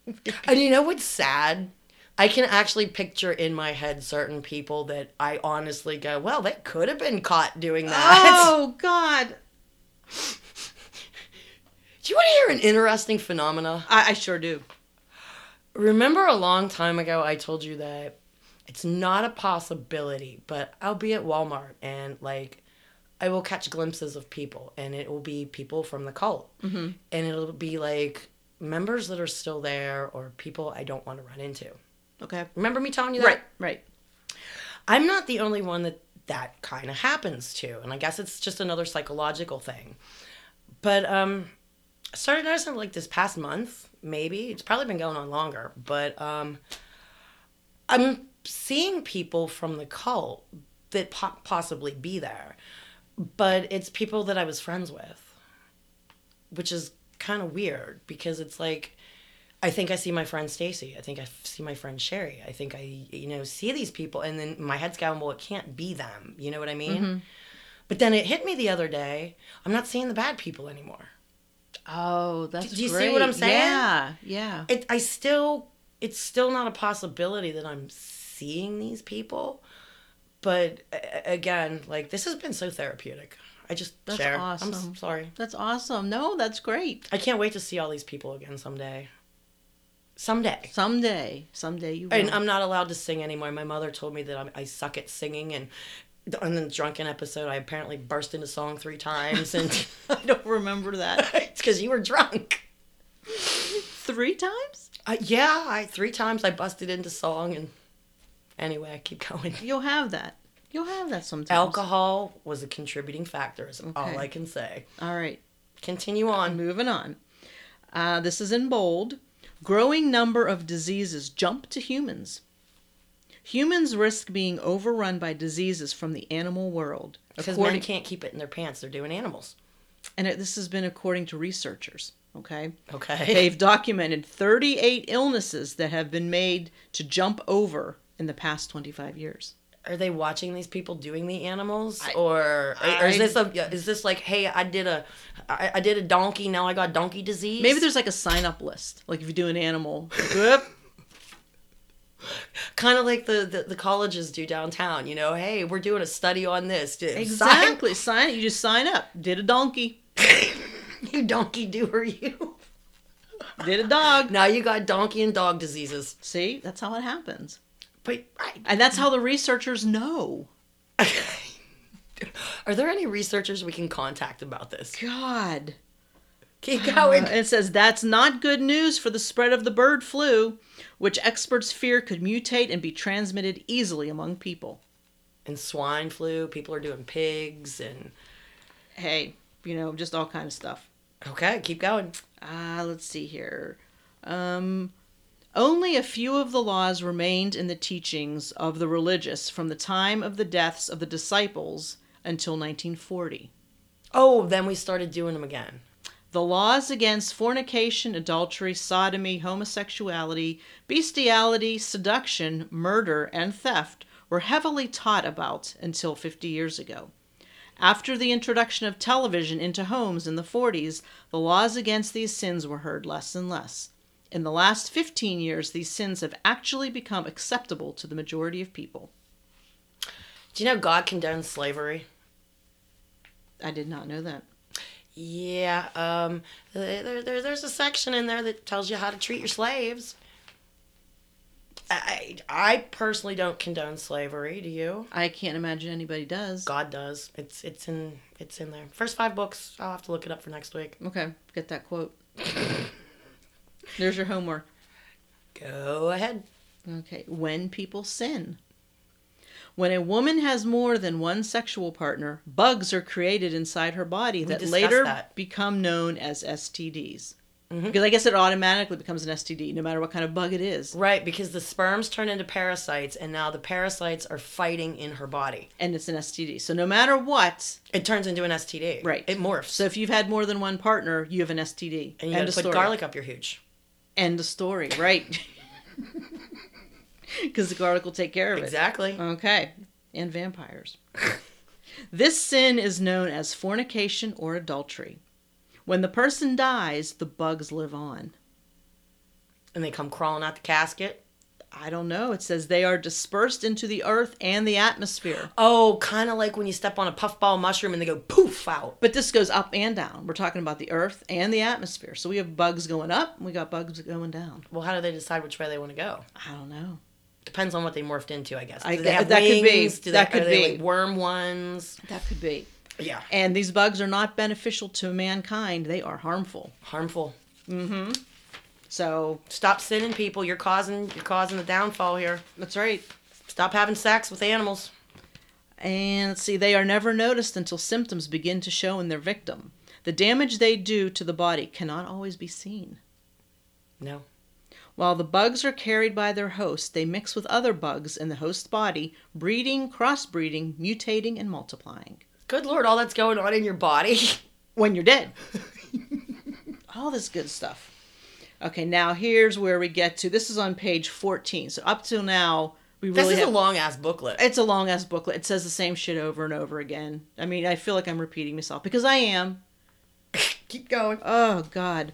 S1: *laughs*
S2: And you know what's sad? I can actually picture in my head certain people that I honestly go, well, they could have been caught doing that.
S1: Oh God,
S2: Do you want to hear an interesting phenomena?
S1: I, I sure do.
S2: Remember a long time ago, I told you that it's not a possibility, but I'll be at Walmart and like I will catch glimpses of people, and it will be people from the cult, mm-hmm. and it'll be like members that are still there or people I don't want to run into.
S1: Okay.
S2: Remember me telling you that?
S1: Right. Right.
S2: I'm not the only one that that kind of happens to, and I guess it's just another psychological thing. But um, I started noticing like this past month, maybe it's probably been going on longer, but um, I'm seeing people from the cult that po- possibly be there, but it's people that I was friends with, which is kind of weird because it's like I think I see my friend Stacy. I think I f- see my friend Sherry. I think I, you know, see these people, and then my head's going, well, it can't be them. You know what I mean?
S1: Mm-hmm.
S2: But then it hit me the other day. I'm not seeing the bad people anymore.
S1: Oh, that's.
S2: Do you see what
S1: great.
S2: I'm saying?
S1: Yeah. Yeah.
S2: It, I still, it's still not a possibility that I'm seeing these people. But a- a- again, like this has been so therapeutic. I just
S1: That's
S2: share. I'm
S1: awesome.
S2: s- sorry.
S1: That's awesome. No, that's great.
S2: I can't wait to see all these people again someday. Someday.
S1: Someday, someday you will.
S2: and I'm not allowed to sing anymore. My mother told me that I'm, I suck at singing, and on the drunken episode, I apparently burst into song three times, and *laughs*
S1: I don't remember that.
S2: it's because you were drunk.
S1: Three times?
S2: Uh, yeah, I three times I busted into song, and anyway, I keep going.
S1: You'll have that. You'll have that
S2: *laughs*
S1: sometimes.
S2: Alcohol was a contributing factor. Is all
S1: Okay.
S2: I can say.
S1: All right.
S2: Continue on.
S1: Moving on. Uh, this is in bold. Growing number of diseases jump to humans. Humans risk being overrun by diseases from the animal world,
S2: Because
S1: according-
S2: men can't keep it in their pants. They're doing animals.
S1: and it, this has been according to researchers. Okay,
S2: Okay.
S1: they've documented 38 illnesses that have been made to jump over in the past 25 years.
S2: are they watching these people doing the animals or or is
S1: I-
S2: this a is this like hey I did a I, I did a donkey now I got donkey disease
S1: Maybe there's like a sign up list. Like if you do an
S2: *laughs*
S1: animal, like, whoop.
S2: kind of like the, the the colleges do downtown you know hey we're doing a study on this Sign-
S1: Exactly. Sign. You just sign up. Did a donkey.
S2: *laughs* you donkey doer you
S1: Did a dog.
S2: now you got donkey and dog diseases
S1: See, that's how it happens,
S2: but
S1: and that's how the researchers know.
S2: I, are there any researchers we can contact about this
S1: God.
S2: keep
S1: Uh,
S2: going
S1: it says that's not good news for the spread of the bird flu, which experts fear could mutate and be transmitted easily among people.
S2: and swine flu people are doing pigs and
S1: Hey, you know, just all kind of stuff.
S2: okay keep going
S1: Ah, let's see here. Um, only a few of the laws remained in the teachings of the religious from the time of the deaths of the disciples until 1940.
S2: oh then we started doing them again
S1: The laws against fornication, adultery, sodomy, homosexuality, bestiality, seduction, murder, and theft were heavily taught about until 50 years ago. After the introduction of television into homes in the 40s, the laws against these sins were heard less and less. In the last 15 years, these sins have actually become acceptable to the majority of people.
S2: do you know god condones slavery
S1: I did not know that.
S2: Yeah, um, there, there, there's a section in there that tells you how to treat your slaves. I, I personally don't condone slavery. Do you?
S1: I can't imagine anybody does.
S2: God does. It's it's in it's in there. First five books. I'll have to look it up for next week.
S1: Okay, get that quote. *coughs* There's your homework.
S2: Go ahead.
S1: Okay, when people sin. When a woman has more than one sexual partner, bugs are created inside her body that
S2: discussed
S1: later
S2: that. Mm-hmm.
S1: become known as STDs. Because I guess it automatically becomes an STD, no matter what kind of bug it is.
S2: Right, because the sperms turn into parasites, and now the parasites are fighting in her body.
S1: And it's an STD. So no matter what,
S2: It turns into an STD.
S1: Right.
S2: It morphs.
S1: so if you've had more than one partner, you have an STD.
S2: and you
S1: End
S2: gotta
S1: of
S2: put
S1: story.
S2: garlic up your hooch.
S1: End of story, right. *laughs* Because the garlic will take care of it.
S2: Exactly.
S1: Okay. And vampires. *laughs* this sin is known as fornication or adultery. When the person dies, the bugs live on.
S2: and they come crawling out the casket.
S1: I don't know. It says they are dispersed into the earth and the atmosphere.
S2: Oh, kind of like when you step on a puffball mushroom and they go poof out.
S1: But this goes up and down. We're talking about the earth and the atmosphere. So we have bugs going up and we got bugs going down.
S2: Well, how do they decide which way they want to go?
S1: I don't know.
S2: Depends on what they morphed into, I guess.
S1: I
S2: do
S1: gue-
S2: they have
S1: that could be.
S2: wings? Do they,
S1: That
S2: are
S1: could
S2: they
S1: be.
S2: like worm ones.
S1: That could be.
S2: Yeah,
S1: And these bugs are not beneficial to mankind, they are harmful.
S2: harmful.
S1: So
S2: Stop sinning, people. You're causing you're causing the downfall here.
S1: that's right.
S2: Stop having sex with animals.
S1: And let's see, they are never noticed until symptoms begin to show in their victim. The damage they do to the body cannot always be seen.
S2: No.
S1: While the bugs are carried by their host, they mix with other bugs in the host's body, breeding, crossbreeding, mutating, and multiplying.
S2: Good lord, all that's going on in your body.
S1: When
S2: *laughs*
S1: you're dead. All this good stuff. Okay, now here's where we get to. This is on page 14. So up till now, we
S2: This
S1: really
S2: is
S1: have-
S2: a long ass booklet.
S1: it's a long ass booklet. *laughs* It says the same shit over and over again. I mean, I feel like I'm repeating myself because I am.
S2: Keep going.
S1: Oh, God.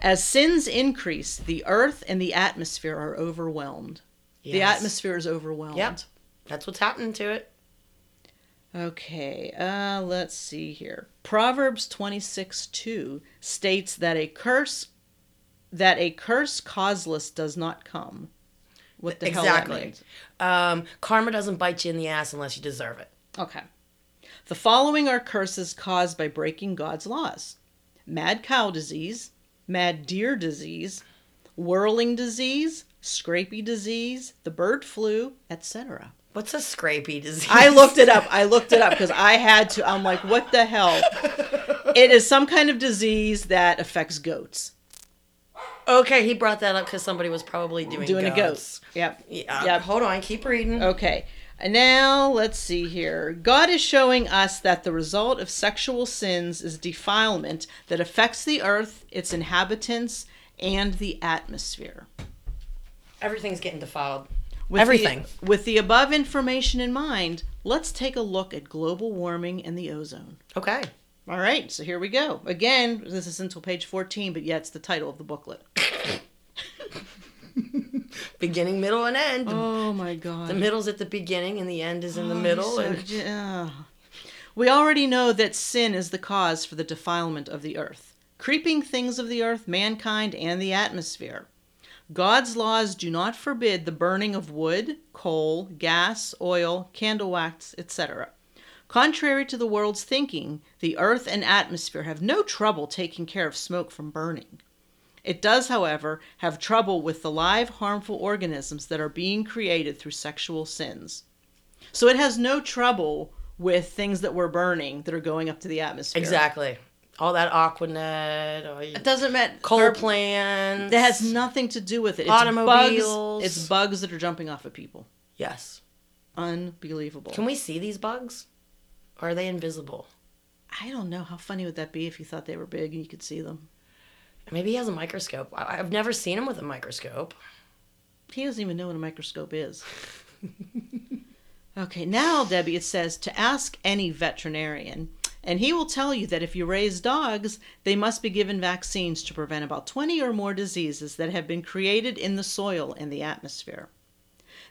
S1: As sins increase, the earth and the atmosphere are overwhelmed. The
S2: Yes.
S1: atmosphere is overwhelmed.
S2: Yep. That's what's happening to it.
S1: Okay, uh, let's see here. Proverbs 26 2 states that a curse that a curse causeless does not come. What the hell that
S2: exactly.
S1: means.
S2: Um, karma doesn't bite you in the ass unless you deserve it.
S1: Okay. The following are curses caused by breaking God's laws mad cow disease, mad deer disease, whirling disease, scrapie disease, the bird flu, etc.
S2: What's a scrapey disease?
S1: I looked it up. I looked it up because I had to. I'm like, what the hell? It is some kind of disease that affects goats.
S2: Okay, he brought that up because somebody was probably doing
S1: Doing a goat.
S2: goats.
S1: Yep.
S2: Yeah.
S1: Yep. Oh.
S2: Hold on. Keep reading.
S1: Okay. And now let's see here. God is showing us that the result of sexual sins is defilement that affects the earth, its inhabitants, and the atmosphere.
S2: Everything's getting defiled.
S1: With
S2: Everything.
S1: The, with the above information in mind, let's take a look at global warming and the ozone.
S2: Okay.
S1: All right, so here we go. Again, this is until page 14, but yeah, it's the title of the booklet.
S2: Beginning, middle, and end.
S1: Oh my god.
S2: The middle's at the beginning and the end is in the
S1: Oh,
S2: middle.
S1: so
S2: and
S1: j- ah. We already know that sin is the cause for the defilement of the earth, creeping things of the earth, mankind, and the atmosphere. God's laws do not forbid the burning of wood, coal, gas, oil, candle wax, etc. Contrary to the world's thinking, the earth and atmosphere have no trouble taking care of smoke from burning. It does, however, have trouble with the live harmful organisms that are being created through sexual sins. So it has no trouble with things that we're burning that are going up to the atmosphere.
S2: exactly. All that Aquanet, all you,
S1: It doesn't matter.
S2: coal plants.
S1: That has nothing to do with it. It's
S2: Automobiles.
S1: Bugs, it's bugs that are jumping off of people.
S2: Yes.
S1: Unbelievable.
S2: Can we see these bugs? Or are they invisible?
S1: I don't know. How funny would that be if you thought they were big and you could see them?
S2: Maybe he has a microscope. I- I've never seen him with a microscope.
S1: He doesn't even know what a microscope is. *laughs* okay, now, Debbie, it says to ask any veterinarian, and he will tell you that if you raise dogs, they must be given vaccines to prevent about 20 or more diseases that have been created in the soil and the atmosphere.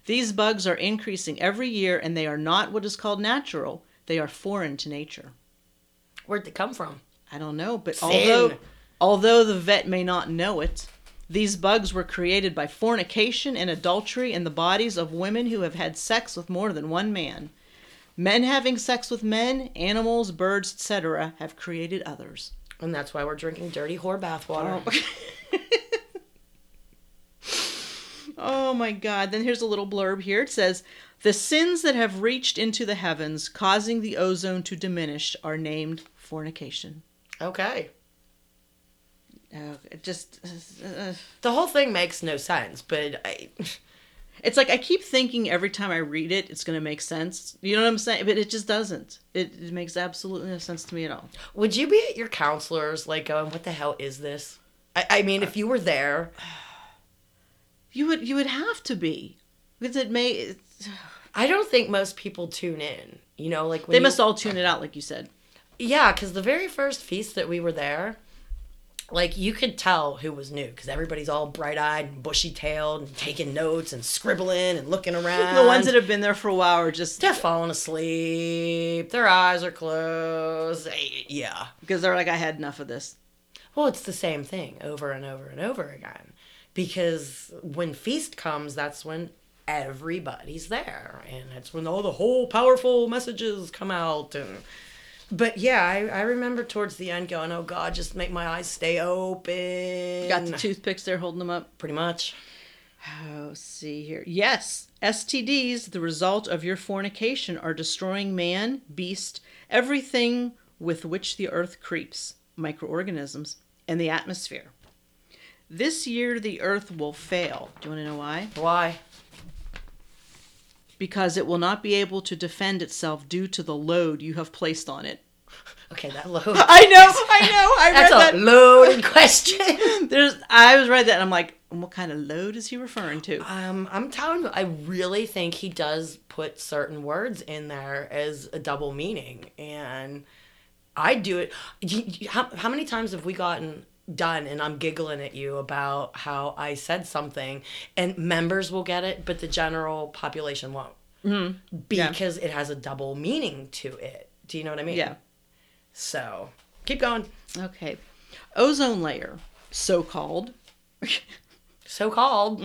S1: These bugs are increasing every year, and they are not what is called natural, they are foreign to nature.
S2: Where'd they come from?
S1: I don't know, but
S2: Sin.
S1: although although the vet may not know it, these bugs were created by fornication and adultery in the bodies of women who have had sex with more than one man. Men having sex with men, animals, birds, etc., have created others.
S2: And that's why we're drinking dirty whore bathwater.
S1: *laughs* Oh my God. Then here's a little blurb here. It says, The sins that have reached into the heavens, causing the ozone to diminish, are named fornication.
S2: Okay.
S1: Oh, it just. uh,
S2: The whole thing makes no sense, but I,
S1: It's like I keep thinking every time I read it, it's gonna make sense. You know what I'm saying? But it just doesn't. It, it makes absolutely no sense to me at all.
S2: would you be at your counselor's like going, what the hell is this? I, I mean, if you were there,
S1: You would you would have to be because it may. It's,
S2: I don't think most people tune in. You know, like when
S1: they
S2: you-
S1: must all tune it out, like you said.
S2: Yeah, because the very first feast that we were there, like you could tell who was new because everybody's all bright eyed and bushy tailed and taking notes and scribbling and looking around.
S1: The ones that have been there for a while are just
S2: they're falling asleep, their eyes are closed. eh, Yeah.
S1: because they're like, I had enough of this.
S2: Well, it's the same thing over and over and over again because when feast comes, that's when everybody's there and that's when all the whole powerful messages come out and but yeah I, I remember towards the end going oh god just make my eyes stay open
S1: Got the toothpicks there holding them up.
S2: pretty much
S1: Oh, see here. Yes, STDs, the result of your fornication, are destroying man, beast, everything with which the earth creeps, microorganisms, and the atmosphere. This year, the earth will fail. Do you want to know why?
S2: why
S1: Because it will not be able to defend itself due to the load you have placed on it. *laughs*
S2: okay that load
S1: I know, I know. I
S2: that's a loaded question
S1: *clears throat* There's, I was read that and I'm like, what kind of load is he referring to?
S2: um i'm telling you i really think he does put certain words in there as a double meaning and I do it. You- you- How, how many times have we gotten done and I'm giggling at you about how I said something and members will get it, but the general population won't because it has a double meaning to it. Do you know what I mean?
S1: Yeah.
S2: So keep going.
S1: Okay. Ozone layer, so called,
S2: So called.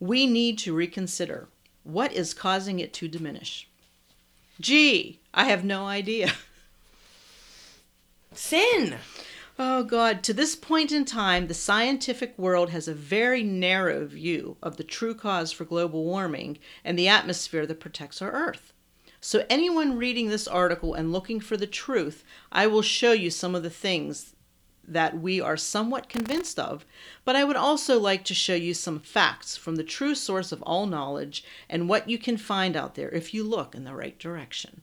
S1: we need to reconsider what is causing it to diminish. Gee, I have no idea. *laughs*
S2: Sin.
S1: Oh, God. To this point in time, the scientific world has a very narrow view of the true cause for global warming and the atmosphere that protects our Earth. So, anyone reading this article and looking for the truth, I will show you some of the things that we are somewhat convinced of, but I would also like to show you some facts from the true source of all knowledge and what you can find out there if you look in the right direction.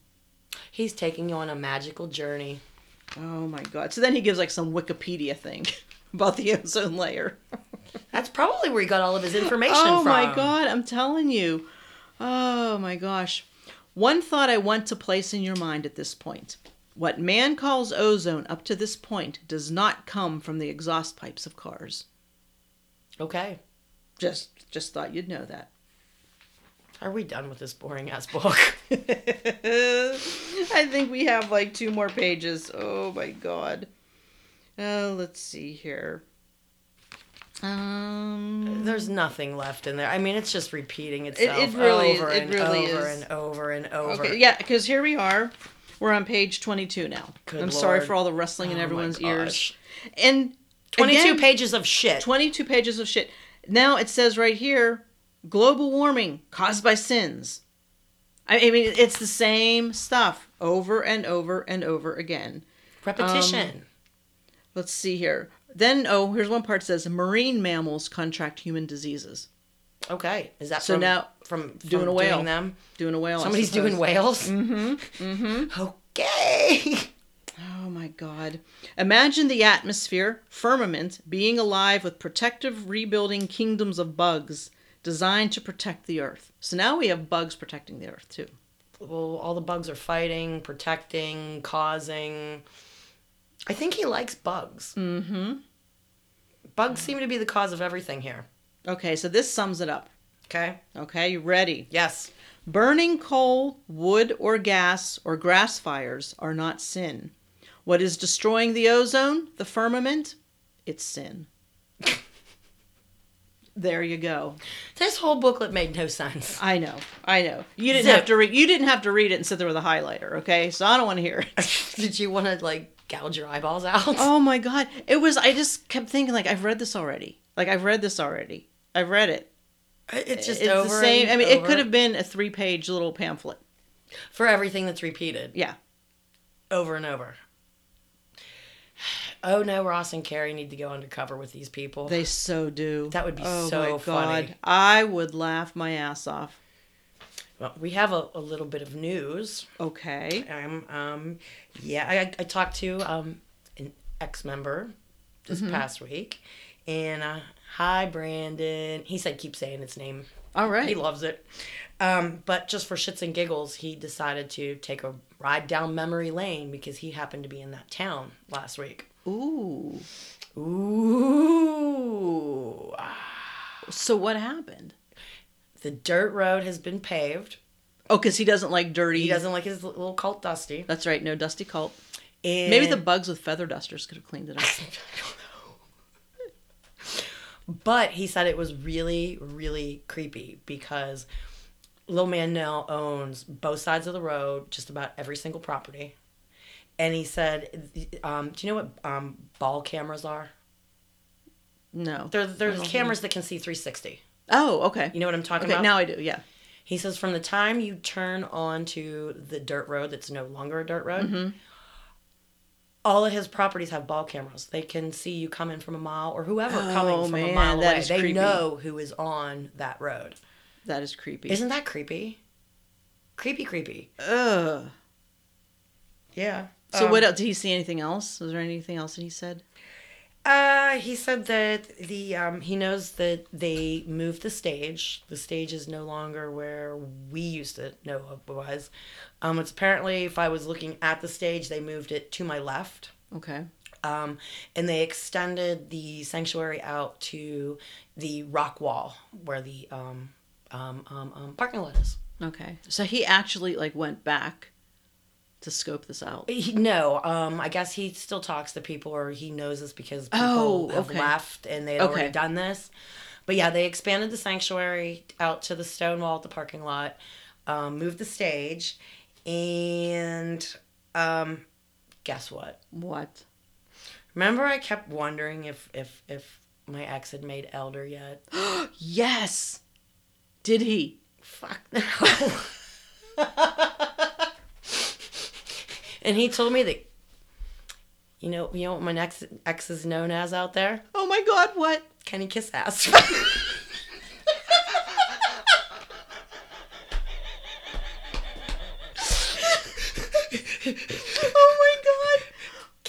S2: He's taking you on a magical journey.
S1: *laughs* Oh my god. So then he gives like some Wikipedia thing about the ozone layer.
S2: That's probably where he got all of his information
S1: oh
S2: from.
S1: my god, I'm telling you. Oh my gosh. One thought I want to place in your mind at this point. What man calls ozone up to this point does not come from the exhaust pipes of cars.
S2: Okay.
S1: Just just thought you'd know that. *laughs*
S2: Are we done with this boring ass book? *laughs*
S1: I think we have like two more pages. Oh my god. Uh, let's see here. Um
S2: There's nothing left in there. I mean, it's just repeating
S1: it
S2: itself
S1: really is-
S2: over
S1: it
S2: and
S1: really
S2: over
S1: is.
S2: and over and over.
S1: Okay, yeah, because here we are. We're on page 22 now.
S2: Good
S1: I'm sorry
S2: Lord.
S1: for all the rustling in
S2: Oh my
S1: everyone's ears.
S2: gosh.
S1: And
S2: 22
S1: again,
S2: pages of shit.
S1: 22 pages of shit. Now it says right here global warming caused by sins. I I mean, it's the same stuff over and over and over again.
S2: Repetition.
S1: Let's see here. Then, oh, here's one part that says marine mammals contract human diseases.
S2: okay. Is that
S1: um, so
S2: from,
S1: now,
S2: from, from
S1: doing a whale.
S2: them?
S1: Doing a whale. I
S2: Somebody's
S1: suppose.
S2: doing whales? Mm-hmm. Mm-hmm. Okay. *laughs*
S1: Oh my God. Imagine the atmosphere, firmament, being alive with protective, rebuilding kingdoms of bugs designed to protect the earth. So now we have bugs protecting the earth too.
S2: well, all the bugs are fighting, protecting, causing. I think he likes bugs. Mm-hmm. Bugs seem to be the cause of everything here.
S1: Okay, so this sums it up.
S2: Okay.
S1: Okay, you ready?
S2: Yes.
S1: Burning coal, wood, or gas, or grass fires are not sin. What is destroying the ozone, the firmament? It's sin. *laughs* there you go.
S2: This whole booklet made no *laughs* sense.
S1: I know, I know. You didn't
S2: Zip.
S1: have to read. You didn't have to read it and sit there with a highlighter, okay? So I don't want to hear it. *laughs*
S2: Did you want to like gouge your eyeballs out?
S1: Oh my god, it was. I just kept thinking, like, I've read this already. Like, I've read this already. I've read it.
S2: it's just
S1: it's
S2: over.
S1: the same. I
S2: and
S1: mean, it
S2: over
S1: could have been a three-page little pamphlet.
S2: for everything that's repeated
S1: Yeah.
S2: over and over. *sighs* Oh no, Ross and Carrie need to go undercover with these people.
S1: They so do. Oh
S2: That would be so funny.
S1: I would laugh my ass off.
S2: well, we have a, a little bit of news.
S1: Okay.
S2: Um, um, yeah, I, I talked to um, an ex member this past week, and uh, hi, Brandon. He said keep saying its name.
S1: All
S2: He
S1: right.
S2: loves it. Um, but just for shits and giggles, he decided to take a ride down memory lane because he happened to be in that town last week.
S1: Ooh.
S2: Ooh.
S1: So what happened?
S2: The dirt road has been paved.
S1: Oh, because he doesn't like dirty.
S2: He doesn't like his little cult dusty.
S1: That's right. No dusty cult.
S2: And
S1: Maybe the bugs with feather dusters could have cleaned
S2: *laughs*
S1: it up.
S2: But he said it was really, really creepy because Lil Man now owns both sides of the road, just about every single property. And he said, um, "Do you know what um, ball cameras are?
S1: No.
S2: They're there's cameras that can see 360.
S1: Oh, okay.
S2: You know what I'm talking
S1: Oh. okay,
S2: about?
S1: now I do. Yeah.
S2: He says from the time you turn onto the dirt road that's no longer a dirt road,
S1: Mm-hmm.
S2: all of his properties have ball cameras. They can see you coming from a mile or whoever coming
S1: Oh,
S2: from a
S1: man,
S2: mile
S1: that
S2: away.
S1: is
S2: They
S1: creepy.
S2: know who is on that road.
S1: That is creepy.
S2: Isn't that creepy? Creepy, creepy.
S1: Ugh.
S2: Yeah.
S1: So what else? Did he see anything else? Was there anything else that he said?
S2: Uh, he said that the um, he knows that they moved the stage. The stage is no longer where we used to know it was. Um, it's apparently if I was looking at the stage, they moved it to my left.
S1: Okay.
S2: Um, and they extended the sanctuary out to the rock wall where the um, um, um, um, parking lot is.
S1: Okay. So he actually like went back to scope this out.
S2: He, no, um, I guess he still talks to people, or he knows this because people
S1: Oh,
S2: have
S1: okay.
S2: left and they'd
S1: Okay.
S2: already done this. But yeah, they expanded the sanctuary out to the stone wall at the parking lot, um, moved the stage, and um, guess what?
S1: What?
S2: Remember, I kept wondering if if if my ex had made elder yet.
S1: Yes. Did he?
S2: Fuck no. *laughs* and he told me that. You know, you know what my next ex is known as out there?
S1: Oh my God! What?
S2: Kenny Kiss *laughs* ass.
S1: *coughs* Oh my God!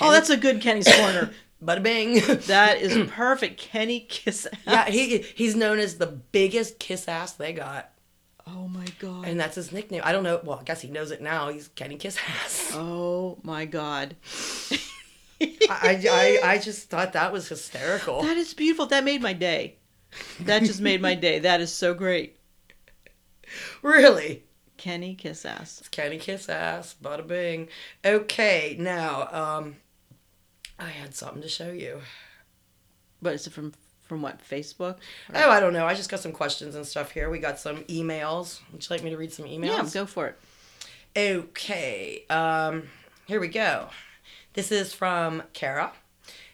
S1: Oh, that's a Oh, good Kenny's corner.
S2: bada bing.
S1: That is perfect. Kenny Kiss Ass.
S2: *laughs* yeah, he he's known as the biggest kiss ass they got,
S1: Oh my god.
S2: and that's his nickname. I don't know. Well, I guess he knows it now. He's Kenny Kiss Ass.
S1: oh my *laughs* god.
S2: I, I I I just thought that was hysterical.
S1: That is beautiful. That made my day. That just made my day. That is so great.
S2: Really.
S1: Kenny Kiss Ass.
S2: Kenny Kiss Ass, bada bing. Okay, now, um, I had something to show you.
S1: But is it from from what? Facebook?
S2: Oh, I don't know. I just got some questions and stuff here. We got some emails. Would you like me to read some
S1: Yeah,
S2: emails?
S1: go for it.
S2: Okay, um, here we go. This is from Kara.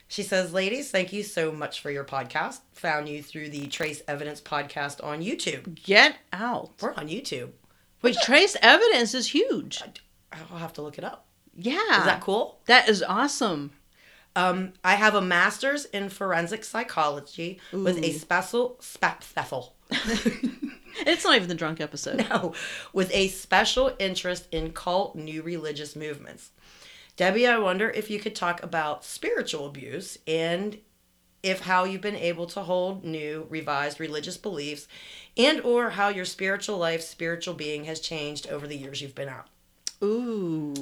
S2: She says, Ladies, thank you so much for your podcast. Found you through the Trace Evidence podcast on YouTube.
S1: Get out.
S2: We're on YouTube.
S1: Wait, trace evidence is huge.
S2: I'll have to look it up.
S1: Yeah.
S2: Is that cool?
S1: that is awesome.
S2: Um, I have a master's in forensic psychology with a
S1: Ooh.
S2: special spe- special. *laughs*
S1: It's not even the drunk episode. *laughs*
S2: no, with a special interest in cult new religious movements. Debbie, I wonder if you could talk about spiritual abuse and if how you've been able to hold new revised religious beliefs and or how your spiritual life, spiritual being has changed over the years you've been out.
S1: Ooh.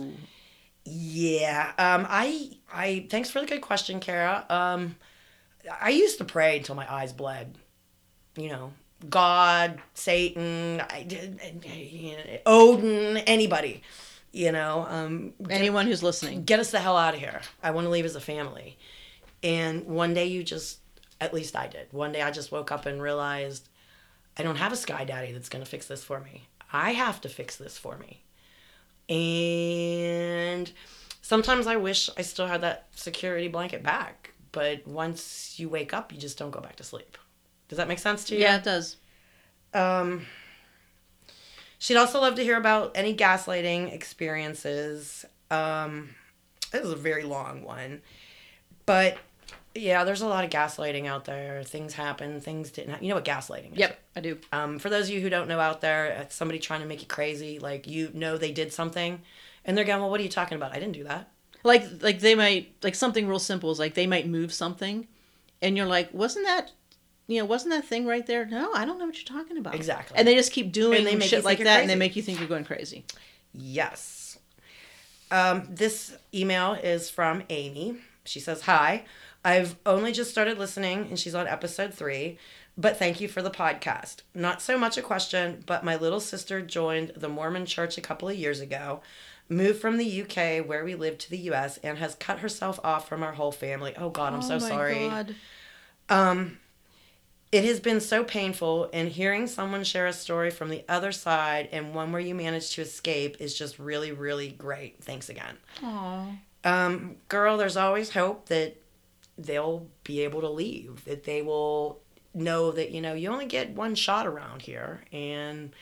S2: Yeah. Um I I thanks for the good question, Kara. Um I used to pray until my eyes bled. You know, God, Satan, I did Odin, anybody. You know, um
S1: Anyone who's listening.
S2: get us the hell out of here. I want to leave as a family. And one day you just at least I did. One day I just woke up and realized I don't have a sky daddy that's going to fix this for me. I have to fix this for me. And sometimes I wish I still had that security blanket back, but once you wake up, you just don't go back to sleep. Does that make sense to you?
S1: Yeah, it does.
S2: Um, she'd also love to hear about any gaslighting experiences. Um, this is a very long one, but yeah, there's a lot of gaslighting out there. Things happen, things didn't happen. You know what gaslighting is?
S1: Yep, I do.
S2: Um, for those of you who don't know out there, it's somebody trying to make you crazy. Like you know they did something, and they're going, "Well, what are you talking about? I didn't do that."
S1: Like like they might like something real simple is like they might move something and you're like, wasn't that you know, wasn't that thing right there? No, I don't know what you're talking about.
S2: Exactly.
S1: And they just keep doing
S2: And they make you
S1: shit
S2: think
S1: like that
S2: you're
S1: and they
S2: crazy.
S1: make you think you're going crazy.
S2: Yes. Um, this email is from Amy. She says, Hi, I've only just started listening and she's on episode three, but thank you for the podcast. Not so much a question, but my little sister joined the Mormon church a couple of years ago, moved from the UK where we live to the US, and has cut herself off from our whole family. Oh God, I'm so sorry. It has been so painful, and hearing someone share a story from the other side and one where you managed to escape is just really, really great. Thanks again. Um, girl, there's always hope that they'll be able to leave, that they will know that, you know, you only get one shot around here and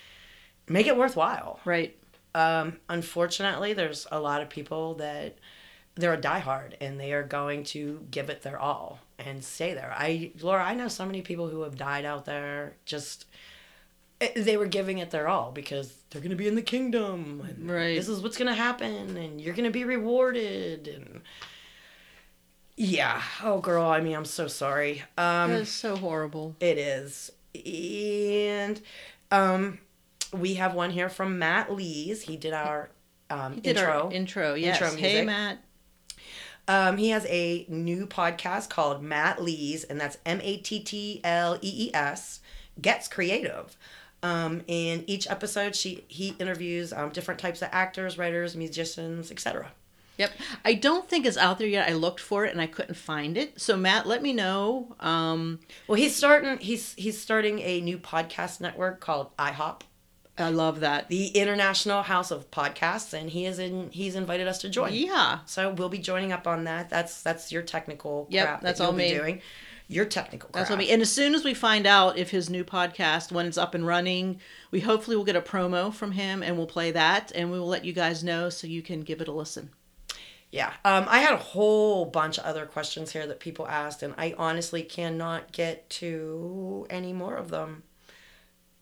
S2: make it worthwhile.
S1: Right.
S2: Um, unfortunately, there's a lot of people that they're a diehard and they are going to give it their all and stay there. I, Laura, I know so many people who have died out there. Just eh, they were giving it their all because they're going to be in the kingdom. And
S1: Right.
S2: This is what's going to happen, and you're going to be rewarded. And yeah, oh girl, I mean, I'm so sorry. Um,
S1: that is so horrible.
S2: it is. And um we have one here from Matt Lees. He did our um
S1: Did
S2: intro.
S1: our intro, yes.
S2: Intro
S1: Hey
S2: music.
S1: Matt.
S2: um he has a new podcast called Matt Lees and that's M A T T L E E S gets creative. Um in each episode she he interviews um different types of actors, writers, musicians, etc.
S1: Yep. I don't think it's out there yet. I looked for it and I couldn't find it. So Matt, let me know. Um
S2: Well, he's starting he's he's starting a new podcast network called IHOP.
S1: I love that.
S2: The International House of Podcasts, and he is in. He's invited us to join.
S1: Yeah.
S2: So we'll be joining up on that. That's that's your technical
S1: Yep,
S2: crap
S1: that's
S2: that you'll
S1: all
S2: be
S1: me.
S2: doing. Your technical crap.
S1: That's what we and as soon as we find out if his new podcast, when it's up and running, we hopefully will get a promo from him and we'll play that and we will let you guys know so you can give it a listen.
S2: Yeah. Um, I had a whole bunch of other questions here that people asked, and I honestly cannot get to any more of them.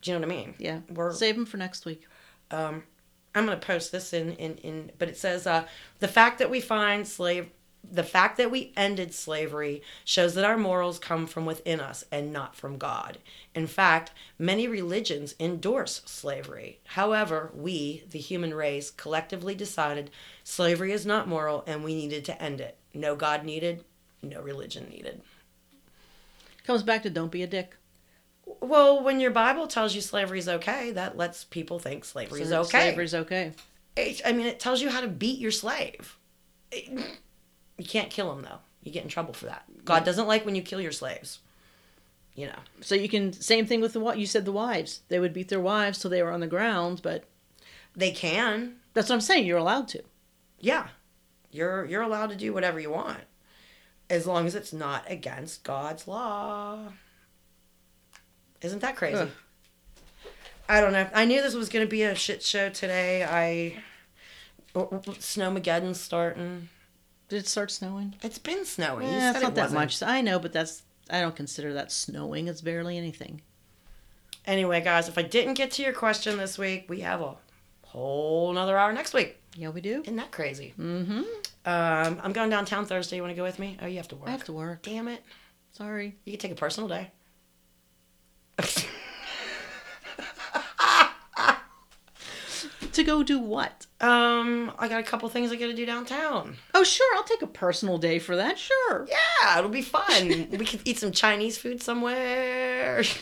S2: Do you know what I mean?
S1: Yeah.
S2: We're
S1: Save them for next week.
S2: I'm gonna post this in in in, but it says uh, the fact that we find slave the fact that we ended slavery shows that our morals come from within us and not from God. In fact, many religions endorse slavery. However, we, the human race, collectively decided slavery is not moral and we needed to end it. No God needed, no religion needed.
S1: Comes back to don't be a dick.
S2: Well, when your Bible tells you slavery's okay, that lets people think slavery is okay.
S1: Slavery's okay.
S2: It- I mean, it tells you how to beat your slave. It- you can't kill him, though. You get in trouble for that. God doesn't like when you kill your slaves. You know.
S1: So you can same thing with the what you said the wives. They would beat their wives till they were on the ground, but
S2: They can.
S1: that's what I'm saying. You're allowed to.
S2: Yeah. You're you're allowed to do whatever you want. As long as it's not against God's law. Isn't that crazy?
S1: Ugh.
S2: I don't know. I knew this was going to be a shit show today. I Snowmageddon's starting.
S1: Did it start snowing?
S2: It's been snowing. You
S1: Yeah,
S2: said
S1: it's not
S2: it
S1: that
S2: wasn't.
S1: much. I know, but that's I don't consider that snowing. It's barely anything.
S2: Anyway, guys, if I didn't get to your question this week, we have a whole another hour next week.
S1: Yeah, we do.
S2: Isn't that crazy?
S1: Mm-hmm.
S2: Um, I'm going downtown Thursday. You want to go with me? Oh, you have to work.
S1: I have to work.
S2: Damn it.
S1: Sorry.
S2: You can take a personal day. *laughs*
S1: To go do what?
S2: um, I got a couple things I got to do downtown.
S1: Oh, sure. I'll take a personal day for that. Sure.
S2: Yeah, it'll be fun. *laughs* we could eat some Chinese food somewhere. *laughs*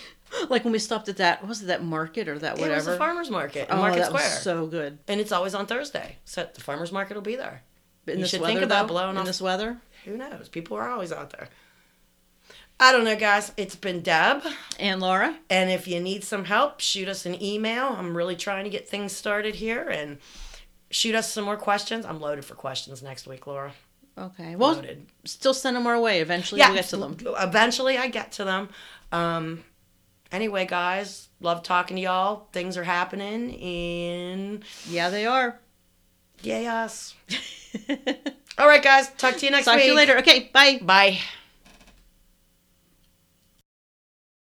S1: Like when we stopped at that what was it that market or that
S2: It was
S1: whatever?
S2: a farmer's market in
S1: oh,
S2: Market
S1: that
S2: Square.
S1: was so good.
S2: and it's always on Thursday. So the farmer's market will be there.
S1: But
S2: You should think about blowing
S1: in
S2: off-
S1: this weather.
S2: Who knows? People are always out there. I don't know, guys. It's been Deb.
S1: And Laura.
S2: And if you need some help, shoot us an email. I'm really trying to get things started here and shoot us some more questions. I'm loaded for questions next week, Laura.
S1: Okay. Well,
S2: Loaded.
S1: still send them our way. Eventually, we'll get to them.
S2: Eventually, I get to them. Um, anyway, guys, love talking to y'all. Things are happening, and
S1: Yeah, they are.
S2: yay us.
S1: Talk *laughs*
S2: All right, guys, talk to you next
S1: to
S2: week.
S1: you later. Okay. Bye.
S2: Bye.